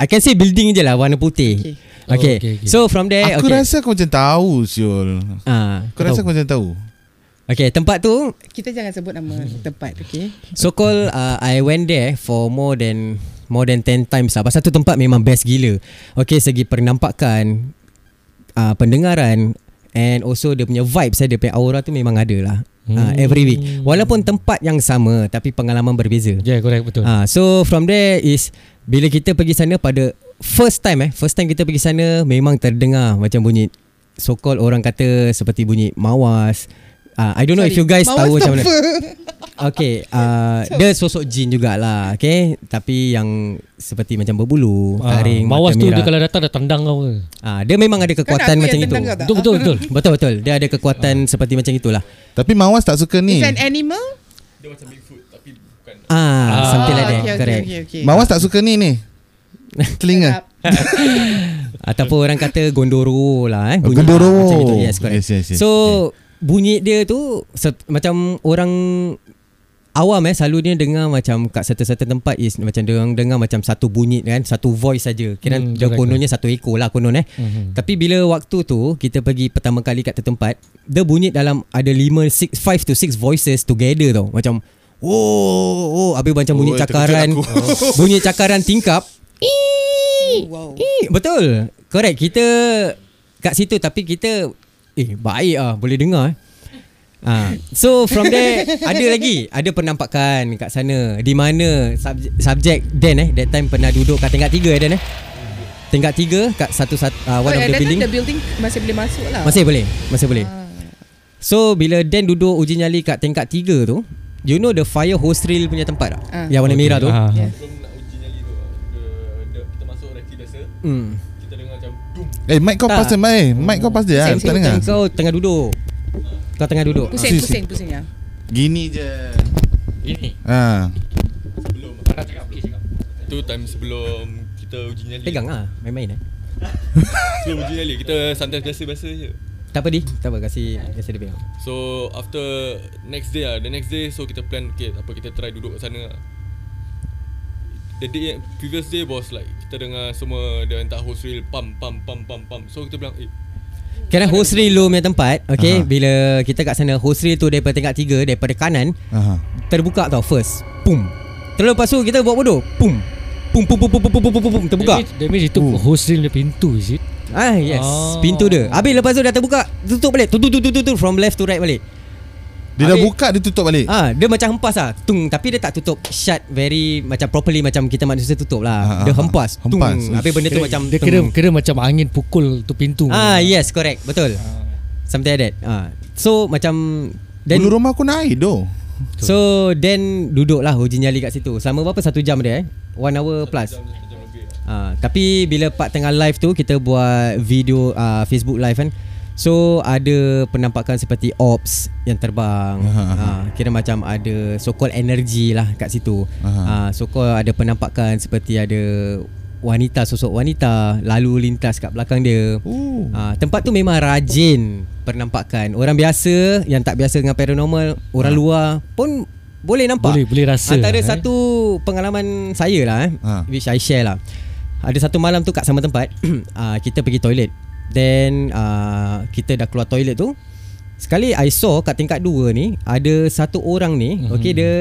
[SPEAKER 6] I can say building je lah warna putih. Okay. Okay.
[SPEAKER 5] Oh, okay,
[SPEAKER 6] okay,
[SPEAKER 5] okay.
[SPEAKER 6] okay. So from there
[SPEAKER 3] Aku
[SPEAKER 6] Eh, okay.
[SPEAKER 3] rasa aku macam tahu Syul
[SPEAKER 6] ah
[SPEAKER 3] Aku rasa aku macam tahu
[SPEAKER 6] Okay, tempat tu
[SPEAKER 4] Kita jangan sebut nama tempat, okay?
[SPEAKER 6] so called uh, I went there for more than more than 10 times lah. Pasal tu tempat memang best gila. Okay, segi pernampakan, uh, pendengaran and also dia punya vibe saya dia punya aura tu memang ada lah. Hmm. Uh, every week. Walaupun tempat yang sama tapi pengalaman berbeza.
[SPEAKER 5] Yeah, correct betul.
[SPEAKER 6] Ah, so from there is bila kita pergi sana pada first time eh, first time kita pergi sana memang terdengar macam bunyi so called orang kata seperti bunyi mawas. Uh, I don't know Sorry. if you guys
[SPEAKER 4] Mawas
[SPEAKER 6] tahu macam mana.
[SPEAKER 4] apa?
[SPEAKER 6] Okay, uh, dia sosok jin jugalah, okay? Tapi yang seperti macam berbulu,
[SPEAKER 5] Ah,
[SPEAKER 6] taring,
[SPEAKER 5] mawas
[SPEAKER 6] mata
[SPEAKER 5] tu dia
[SPEAKER 6] merah.
[SPEAKER 5] kalau datang dah tendang kau. ke.
[SPEAKER 6] Ah, dia memang ada
[SPEAKER 4] Kan
[SPEAKER 6] kekuatan
[SPEAKER 4] aku
[SPEAKER 6] macam
[SPEAKER 4] yang
[SPEAKER 6] itu.
[SPEAKER 4] tendang kau tak?
[SPEAKER 5] Betul betul betul. Ah.
[SPEAKER 6] Betul betul. Dia ada kekuatan seperti macam itulah.
[SPEAKER 3] Tapi Mawas tak suka ni
[SPEAKER 4] It's an animal?
[SPEAKER 6] Ah, something like that.
[SPEAKER 4] okay,
[SPEAKER 6] correct.
[SPEAKER 4] Okay, okay, okay.
[SPEAKER 3] Mawas tak suka ni ni Telinga
[SPEAKER 6] Ataupun orang kata gondoro lah eh
[SPEAKER 3] Oh,
[SPEAKER 6] bunyi
[SPEAKER 3] gondoro.
[SPEAKER 6] macam itu. Yes, correct.
[SPEAKER 3] Yes, yes, yes.
[SPEAKER 6] So bunyi dia tu se- macam orang awam eh selalunya dengar macam kat certain-certain tempat is macam dia orang dengar macam satu bunyi kan satu voice saja. Kira
[SPEAKER 5] Hmm,
[SPEAKER 6] hmm, dia
[SPEAKER 5] correct,
[SPEAKER 6] kononnya satu ekor lah konon eh.
[SPEAKER 5] Mhm.
[SPEAKER 6] Hmm. Tapi bila waktu tu kita pergi pertama kali kat tu tempat, dia bunyi dalam ada 5 6 5 to 6 voices together tau. Macam oh oh habis macam
[SPEAKER 2] Oh,
[SPEAKER 6] bunyi cakaran
[SPEAKER 2] terkejut
[SPEAKER 6] bunyi cakaran tingkap. Ii,
[SPEAKER 4] Oh, Wow.
[SPEAKER 6] Eh, betul. Correct. Kita kat situ tapi kita eh baik ah boleh dengar eh. Ah, so from there ada lagi, ada penampakan kat sana di mana subjek, subjek Dan eh that time pernah duduk kat tingkat 3 eh Dan eh. Tingkat 3 kat satu satu uh, one of the
[SPEAKER 4] Oh, and that time
[SPEAKER 6] building.
[SPEAKER 4] the building masih boleh masuk lah.
[SPEAKER 6] Masih boleh, masih boleh.
[SPEAKER 4] Ah.
[SPEAKER 6] So bila Dan duduk uji nyali kat tingkat 3 tu, you know the fire hose reel punya tempat tak?
[SPEAKER 4] Ah.
[SPEAKER 6] Yang warna merah tu.
[SPEAKER 5] Ah.
[SPEAKER 4] Yes.
[SPEAKER 6] Hmm.
[SPEAKER 3] Eh mic kau
[SPEAKER 6] Tak.
[SPEAKER 3] pasal mic Mic kau pasal dia kan Tak
[SPEAKER 4] Pusing, pusing,
[SPEAKER 3] dengar
[SPEAKER 6] Kau tengah duduk. Kau tengah duduk.
[SPEAKER 4] Pusing,
[SPEAKER 3] Sisi.
[SPEAKER 4] pusing, pusing ya.
[SPEAKER 3] Gini je
[SPEAKER 5] Ini.
[SPEAKER 3] Ha
[SPEAKER 8] Tu time sebelum kita uji nyali
[SPEAKER 6] Pegang ah, main-main eh.
[SPEAKER 8] Sebelum uji nyali Kita sometimes biasa-biasa je
[SPEAKER 6] Tak apa di, tak apa kasi kasi dia pegang.
[SPEAKER 8] So after next day lah The next day so kita plan Okay apa kita try duduk kat sana lah The day previous day was like Kita dengar semua Dia hantar host reel Pam pam pam pam pam So kita bilang eh
[SPEAKER 6] Kena host reel lu punya tempat, okay?
[SPEAKER 3] Aha.
[SPEAKER 6] Bila kita kat sana host reel tu daripada tingkat tiga daripada kanan
[SPEAKER 3] Aha.
[SPEAKER 6] terbuka tau first. Pum. Terus lepas tu kita buat bodoh. Pum. Pum pum pum pum pum pum pum, pum pum, pum terbuka.
[SPEAKER 5] That means, that means itu
[SPEAKER 3] Oh.
[SPEAKER 5] host reel dia pintu is it?
[SPEAKER 6] Ah yes,
[SPEAKER 5] Oh.
[SPEAKER 6] pintu dia. Habis lepas tu dah terbuka, tutup balik. Tutup tutup tutup from left to right balik.
[SPEAKER 3] Dia dah
[SPEAKER 6] Habis-
[SPEAKER 3] buka dia tutup balik
[SPEAKER 6] Ah, dia macam hempas lah Tung tapi dia tak tutup shut very macam properly macam kita manusia tutup lah.
[SPEAKER 3] Ah,
[SPEAKER 6] Dia
[SPEAKER 3] ah,
[SPEAKER 6] hempas.
[SPEAKER 3] ah.
[SPEAKER 6] Tung.
[SPEAKER 3] Hempas.
[SPEAKER 6] Habis benda tu macam
[SPEAKER 5] Dia kira
[SPEAKER 6] tung.
[SPEAKER 5] kira macam angin pukul tu pintu.
[SPEAKER 6] Ah yes correct betul. Something like that. Ah. So macam then
[SPEAKER 3] Bulu rumah aku naik doh
[SPEAKER 6] so then duduklah uji nyali kat situ. Selama berapa satu jam dia eh? One hour plus. Ah, tapi bila part tengah live tu kita buat video ah, Facebook live kan. So ada penampakan seperti ops yang terbang. ah, kira macam ada so called energy lah kat situ.
[SPEAKER 3] Aha.
[SPEAKER 6] Ah, so called ada penampakan seperti ada wanita sosok wanita lalu lintas kat belakang dia.
[SPEAKER 3] Oh.
[SPEAKER 6] Ah, tempat tu memang rajin penampakan. Orang biasa yang tak biasa dengan paranormal, orang luar pun boleh nampak.
[SPEAKER 5] Ah. Boleh- boleh rasa
[SPEAKER 6] Antara
[SPEAKER 5] lah, eh.
[SPEAKER 6] satu pengalaman saya lah eh,
[SPEAKER 3] Ah.
[SPEAKER 6] which I share lah. Ada satu malam tu kat sama tempat, ah, kita pergi toilet. Then ah, kita dah keluar toilet tu. Sekali I saw kat tingkat dua ni ada satu orang ni, mm-hmm.
[SPEAKER 5] Mhm.
[SPEAKER 6] okey dia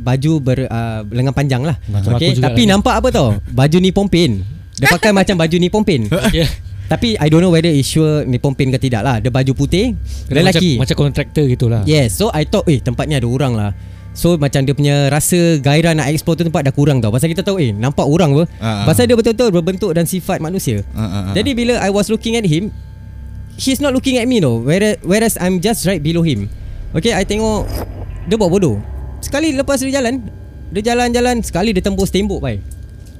[SPEAKER 6] baju ber ah, lengan panjang lah.
[SPEAKER 5] Macam aku
[SPEAKER 6] Okey,
[SPEAKER 5] juga
[SPEAKER 6] tapi
[SPEAKER 5] lah.
[SPEAKER 6] nampak apa tau? Baju ni pompin. Dia pakai macam baju ni pompin.
[SPEAKER 5] Yeah.
[SPEAKER 6] Tapi I don't know whether is sure Nippon paint ke tidak lah Dia baju putih
[SPEAKER 5] Kira
[SPEAKER 6] Lelaki
[SPEAKER 5] Macam, macam kontraktor lah. gitulah.
[SPEAKER 6] Yes So I thought Eh tempat ni ada orang lah So macam dia punya rasa gairah nak explore tu tempat dah kurang tau Pasal kita tahu eh nampak orang apa
[SPEAKER 3] Ah, ah.
[SPEAKER 6] Pasal dia betul-betul berbentuk dan sifat manusia
[SPEAKER 3] Ah, ah, ah.
[SPEAKER 6] Jadi bila I was looking at him He's not looking at me though whereas, whereas I'm just right below him Okay I tengok Dia buat bodoh Sekali lepas dia jalan Dia jalan-jalan Sekali dia tembus tembok pai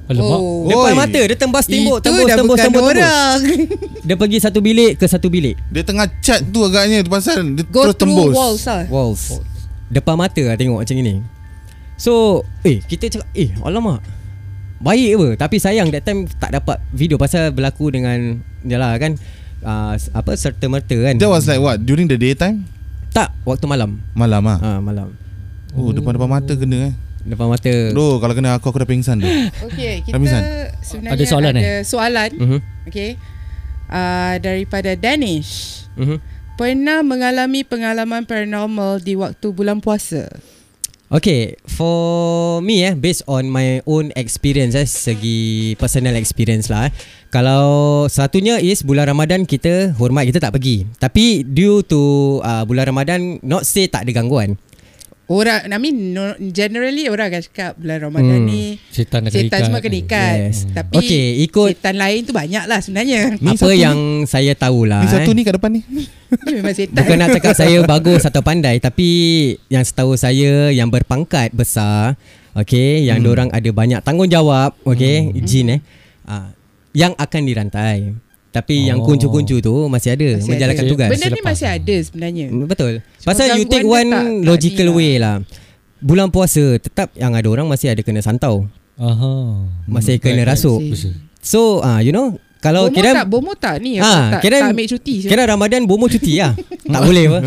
[SPEAKER 5] Alamak. Oh.
[SPEAKER 6] Depan
[SPEAKER 3] Oi.
[SPEAKER 6] mata dia tembas tembok
[SPEAKER 4] Itu
[SPEAKER 6] tembus,
[SPEAKER 4] dah
[SPEAKER 6] tembus,
[SPEAKER 4] bukan
[SPEAKER 6] tembus, tembus.
[SPEAKER 4] orang.
[SPEAKER 6] Dia pergi satu bilik ke satu bilik
[SPEAKER 3] Dia tengah chat tu agaknya tu pasal dia
[SPEAKER 4] Go
[SPEAKER 3] terus
[SPEAKER 4] through
[SPEAKER 3] tembus.
[SPEAKER 4] walls lah.
[SPEAKER 6] Walls Depan mata lah tengok macam ni So Eh kita cakap Eh alamak Baik apa Tapi sayang that time tak dapat video Pasal berlaku dengan Yalah kan uh, apa serta merta kan.
[SPEAKER 3] That was like what? During the daytime?
[SPEAKER 6] tak waktu malam.
[SPEAKER 3] Malam ah.
[SPEAKER 6] Ah malam.
[SPEAKER 3] Oh, depan-depan mata kena eh.
[SPEAKER 6] Depan mata.
[SPEAKER 3] Bro, kalau kena aku aku dah pingsan dah.
[SPEAKER 4] Okey, kita
[SPEAKER 3] Ramizan.
[SPEAKER 4] sebenarnya
[SPEAKER 5] Ada soalan,
[SPEAKER 4] ada soalan.
[SPEAKER 3] Hmm.
[SPEAKER 6] Mhm.
[SPEAKER 4] Okey. Uh, daripada Danish.
[SPEAKER 6] Mhm.
[SPEAKER 4] Pernah mengalami pengalaman paranormal di waktu bulan puasa?
[SPEAKER 6] Okay, for me eh, based on my own experience eh, segi personal experience lah eh. Kalau satunya is bulan Ramadan kita hormat kita tak pergi. Tapi due to uh, bulan Ramadan not say tak ada gangguan.
[SPEAKER 4] Orang, I mean, no, generally orang akan cakap bulan
[SPEAKER 6] Hmm.
[SPEAKER 4] Ramadan ni
[SPEAKER 5] Setan akan
[SPEAKER 4] setan
[SPEAKER 5] ikat.
[SPEAKER 4] semua kena ikat.
[SPEAKER 6] Yes.
[SPEAKER 4] Tapi
[SPEAKER 6] Okey, ikut-
[SPEAKER 4] setan lain tu banyak lah sebenarnya.
[SPEAKER 3] Ni
[SPEAKER 6] Apa
[SPEAKER 3] satu ni.
[SPEAKER 6] yang saya tahulah
[SPEAKER 3] Ni satu
[SPEAKER 6] eh.
[SPEAKER 3] ni kat depan ni.
[SPEAKER 4] Dia memang setan.
[SPEAKER 6] Bukan nak cakap saya bagus atau pandai Tapi yang setahu saya yang berpangkat besar Okay Yang hmm. dorang ada banyak tanggungjawab Okay hmm. Jin eh uh, Yang akan dirantai Tapi oh. yang
[SPEAKER 5] Oh.
[SPEAKER 6] kuncu-kuncu tu masih ada masih Menjalankan
[SPEAKER 4] ada.
[SPEAKER 6] ada. tugas
[SPEAKER 4] Benda ni
[SPEAKER 5] Selepas.
[SPEAKER 4] masih ada sebenarnya.
[SPEAKER 6] Betul
[SPEAKER 4] Cuma
[SPEAKER 6] Pasal you take
[SPEAKER 4] gangguan
[SPEAKER 6] one
[SPEAKER 4] dia tak- tak
[SPEAKER 6] logical
[SPEAKER 4] ni lah.
[SPEAKER 6] way lah Bulan puasa Tetap yang ada orang masih ada kena
[SPEAKER 4] Hmm.
[SPEAKER 6] santau
[SPEAKER 5] Aha.
[SPEAKER 6] Masih kena rasuk
[SPEAKER 5] Betul.
[SPEAKER 6] So uh, you know Kalau
[SPEAKER 4] Bomo
[SPEAKER 6] kira
[SPEAKER 4] tak, bomo tak ni.
[SPEAKER 6] Ah,
[SPEAKER 4] tak,
[SPEAKER 6] kira-
[SPEAKER 4] tak ambil cuti.
[SPEAKER 6] Kira Ramadan bomo cuti lah Tak boleh apa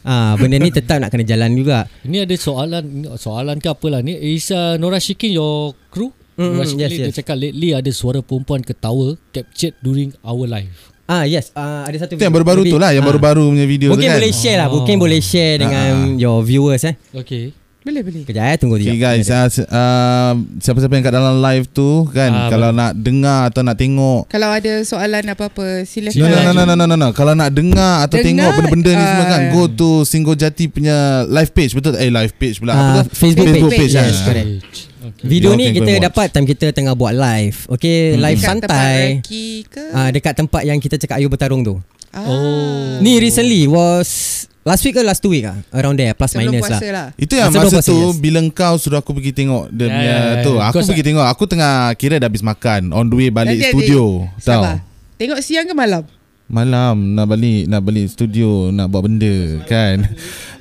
[SPEAKER 6] Ah, benda ni tetap nak kena jalan juga
[SPEAKER 5] Ini ada soalan soalan ke apalah ni. Is uh, Nora Shikin your crew?
[SPEAKER 6] Mm,
[SPEAKER 5] Nora
[SPEAKER 6] mm,
[SPEAKER 5] Shikin
[SPEAKER 6] yes,
[SPEAKER 5] dia
[SPEAKER 6] yes.
[SPEAKER 5] cakap lately ada suara perempuan ketawa captured during our live.
[SPEAKER 6] Ah yes, ah, ada satu
[SPEAKER 3] Itu yang baru-baru tu lah, yang
[SPEAKER 6] Ah.
[SPEAKER 3] baru-baru punya video
[SPEAKER 6] Mungkin
[SPEAKER 3] tu kan. Ah,
[SPEAKER 6] boleh share lah, mungkin
[SPEAKER 5] Oh.
[SPEAKER 6] boleh share dengan your viewers eh.
[SPEAKER 5] Okay.
[SPEAKER 4] Boleh, boleh.
[SPEAKER 6] Kejap eh, tunggu
[SPEAKER 3] Okay
[SPEAKER 6] dia.
[SPEAKER 3] guys, uh, s- uh, siapa-siapa yang kat dalam live tu kan
[SPEAKER 5] Ah,
[SPEAKER 3] kalau nak dengar atau nak tengok
[SPEAKER 4] Kalau ada soalan apa-apa,
[SPEAKER 3] No,
[SPEAKER 4] silakan.
[SPEAKER 3] no, no, no, no, no, no, no. Kalau nak dengar atau
[SPEAKER 4] Dengar,
[SPEAKER 3] tengok benda-benda ni semua kan
[SPEAKER 4] ah.
[SPEAKER 3] Go to Singgo Jati punya live page Betul tak? Eh live page pula Apa
[SPEAKER 6] Ah,
[SPEAKER 3] tu?
[SPEAKER 6] Facebook
[SPEAKER 3] Facebook
[SPEAKER 4] page.
[SPEAKER 3] page, ah.
[SPEAKER 6] Yes,
[SPEAKER 3] yes,
[SPEAKER 6] correct.
[SPEAKER 5] Ah, Okay.
[SPEAKER 6] Video
[SPEAKER 3] You
[SPEAKER 6] ni
[SPEAKER 3] can go
[SPEAKER 6] kita
[SPEAKER 3] and watch.
[SPEAKER 6] dapat time kita tengah buat live. Okay,
[SPEAKER 3] Hmm.
[SPEAKER 6] live
[SPEAKER 4] Kat tempat
[SPEAKER 6] santai.
[SPEAKER 4] reki ke?
[SPEAKER 6] Ah dekat tempat yang kita cakap Ayu bertarung tu.
[SPEAKER 4] Ah,
[SPEAKER 5] Oh.
[SPEAKER 6] Ni recently was last week ke last two week ah around there plus
[SPEAKER 4] sebelum
[SPEAKER 6] minus
[SPEAKER 4] puasa
[SPEAKER 6] lah.
[SPEAKER 4] lah.
[SPEAKER 3] Itu yang
[SPEAKER 6] Masa
[SPEAKER 3] masa,
[SPEAKER 6] berpuasa,
[SPEAKER 3] tu
[SPEAKER 6] yes.
[SPEAKER 3] Bila kau suruh aku pergi tengok Dia
[SPEAKER 5] Ya,
[SPEAKER 3] punya
[SPEAKER 5] ya, ya.
[SPEAKER 3] tu Aku
[SPEAKER 5] Because
[SPEAKER 3] pergi tengok Aku tengah kira dah habis makan On the way balik
[SPEAKER 4] Nanti ada-
[SPEAKER 3] studio Tahu
[SPEAKER 4] Sabar. Tengok siang ke malam?
[SPEAKER 3] Malam nak balik Nak balik studio Nak buat benda Kan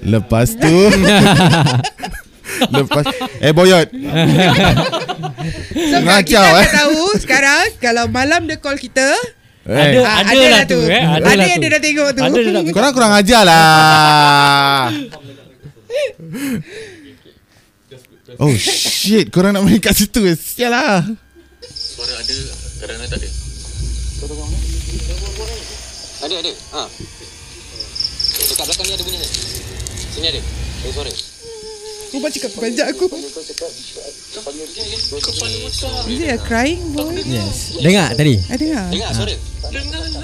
[SPEAKER 3] Lepas tu Lepas Eh Boyot
[SPEAKER 4] So
[SPEAKER 3] Ngacau,
[SPEAKER 4] Ngacau, kita akan
[SPEAKER 3] eh.
[SPEAKER 4] tahu sekarang kalau malam dia call kita,
[SPEAKER 3] Eh,
[SPEAKER 5] Ada,
[SPEAKER 4] ah,
[SPEAKER 5] ada, lah tu. Eh?
[SPEAKER 4] Ada,
[SPEAKER 5] lah
[SPEAKER 4] yang
[SPEAKER 5] tu.
[SPEAKER 4] dia dah tengok tu.
[SPEAKER 5] Ada dia dah
[SPEAKER 3] Korang kurang ajar lah Oh shit Korang nak main kat situ eh? Sial lah
[SPEAKER 9] Ada ada. Ha. Dekat belakang ni ada bunyi ni. Sini ada. Ada suara.
[SPEAKER 4] Rumah cakap panjang aku. Is it a crying boy? lah.
[SPEAKER 6] Yes. Dengar tadi.
[SPEAKER 4] I dengar.
[SPEAKER 9] Dengar suara. Dengar live.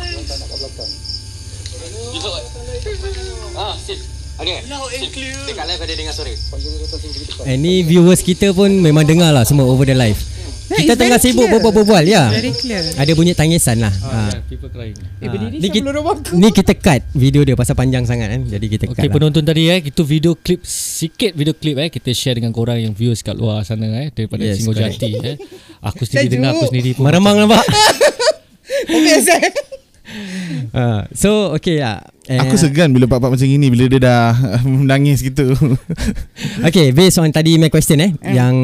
[SPEAKER 9] Ah, sip. Ada. Loud and clear. Dekat live ada dengar suara.
[SPEAKER 6] And Eh, ni viewers kita pun memang dengar lah semua over the live.
[SPEAKER 4] Yeah,
[SPEAKER 6] Kita
[SPEAKER 4] it's
[SPEAKER 6] tengah
[SPEAKER 4] very
[SPEAKER 6] sibuk
[SPEAKER 4] clear.
[SPEAKER 6] berbual-bual ya.
[SPEAKER 4] Very clear.
[SPEAKER 6] Ada bunyi tangisan lah. Ah.
[SPEAKER 8] People crying.
[SPEAKER 4] Eh, berdiri
[SPEAKER 6] Ni kita,
[SPEAKER 4] sebelum rumah aku.
[SPEAKER 6] ni kita cut video dia pasal panjang sangat kan. Jadi kita cut
[SPEAKER 5] Okay
[SPEAKER 6] lah.
[SPEAKER 5] penonton tadi eh Itu video klip Sikit video klip eh Kita share dengan korang Yang viewers kat luar sana eh Daripada yes,
[SPEAKER 6] Yes,
[SPEAKER 5] Singgo
[SPEAKER 6] correct.
[SPEAKER 5] Jati eh Aku sendiri
[SPEAKER 4] Tajuk.
[SPEAKER 5] dengar Aku sendiri pun
[SPEAKER 6] Meremang lah, nampak
[SPEAKER 4] Obvious eh.
[SPEAKER 6] uh, So okay lah And,
[SPEAKER 5] Eh.
[SPEAKER 3] Aku segan bila pak-pak macam gini Bila dia dah Menangis gitu
[SPEAKER 6] Okay based on tadi my question eh Yang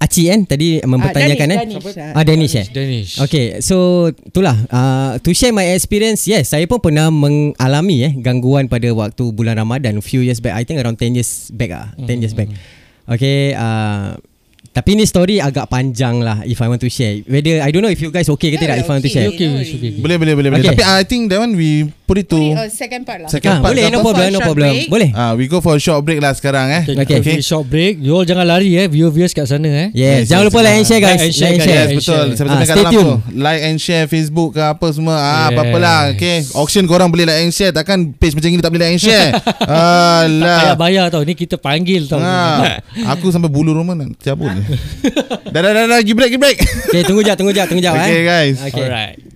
[SPEAKER 6] Aci kan tadi mempertanyakan
[SPEAKER 4] Ah,
[SPEAKER 6] eh
[SPEAKER 4] Danish, Danish.
[SPEAKER 6] Ah, Danish eh
[SPEAKER 5] Danish
[SPEAKER 6] Okay so itulah uh, To share my experience Yes saya pun pernah mengalami eh Gangguan pada waktu bulan Ramadan Few years back I think around 10 years back ah, 10 years back
[SPEAKER 5] Mm-hmm.
[SPEAKER 6] Okay uh, Tapi ni story agak panjang lah If I want to share Whether I don't know if you guys okay ke
[SPEAKER 4] Yeah,
[SPEAKER 6] tidak If I want to
[SPEAKER 4] okay.
[SPEAKER 6] share
[SPEAKER 5] Okay okay, okay.
[SPEAKER 3] Boleh boleh boleh boleh.
[SPEAKER 6] Okay.
[SPEAKER 3] Tapi I think that one we Put it to
[SPEAKER 4] Ni, oh, second part lah.
[SPEAKER 6] Ah,
[SPEAKER 3] Second part
[SPEAKER 6] boleh no
[SPEAKER 4] Go for
[SPEAKER 6] problem
[SPEAKER 4] a
[SPEAKER 6] no
[SPEAKER 4] short
[SPEAKER 6] problem
[SPEAKER 4] break.
[SPEAKER 6] Boleh
[SPEAKER 3] Ah, We go for a short break lah sekarang eh
[SPEAKER 5] Okay,
[SPEAKER 6] Okay.
[SPEAKER 5] okay. okay. Short break You all jangan lari eh Viewer-viewers kat sana eh
[SPEAKER 6] Yes, jangan lupa like and share guys.
[SPEAKER 5] Like and share,
[SPEAKER 6] Like and
[SPEAKER 5] guys.
[SPEAKER 6] share.
[SPEAKER 3] Yes betul
[SPEAKER 5] share.
[SPEAKER 3] Siapa-siapa
[SPEAKER 6] Ah,
[SPEAKER 3] kat
[SPEAKER 6] stay
[SPEAKER 3] dalam
[SPEAKER 6] tuned.
[SPEAKER 3] tu Like and share Facebook ke apa semua ah,
[SPEAKER 5] Yes.
[SPEAKER 3] Apa-apa lah okay. Auction korang boleh like and share Takkan page macam gini tak boleh like and share Alah
[SPEAKER 5] Tak payah bayar tau Ni kita panggil tau
[SPEAKER 3] Ha, aku sampai bulu rumah nak cabut. dah dah dah dah, give break, give break.
[SPEAKER 6] Okay, tunggu jap, tunggu jap, tunggu jap eh.
[SPEAKER 3] okay guys.
[SPEAKER 6] Okay.
[SPEAKER 5] Alright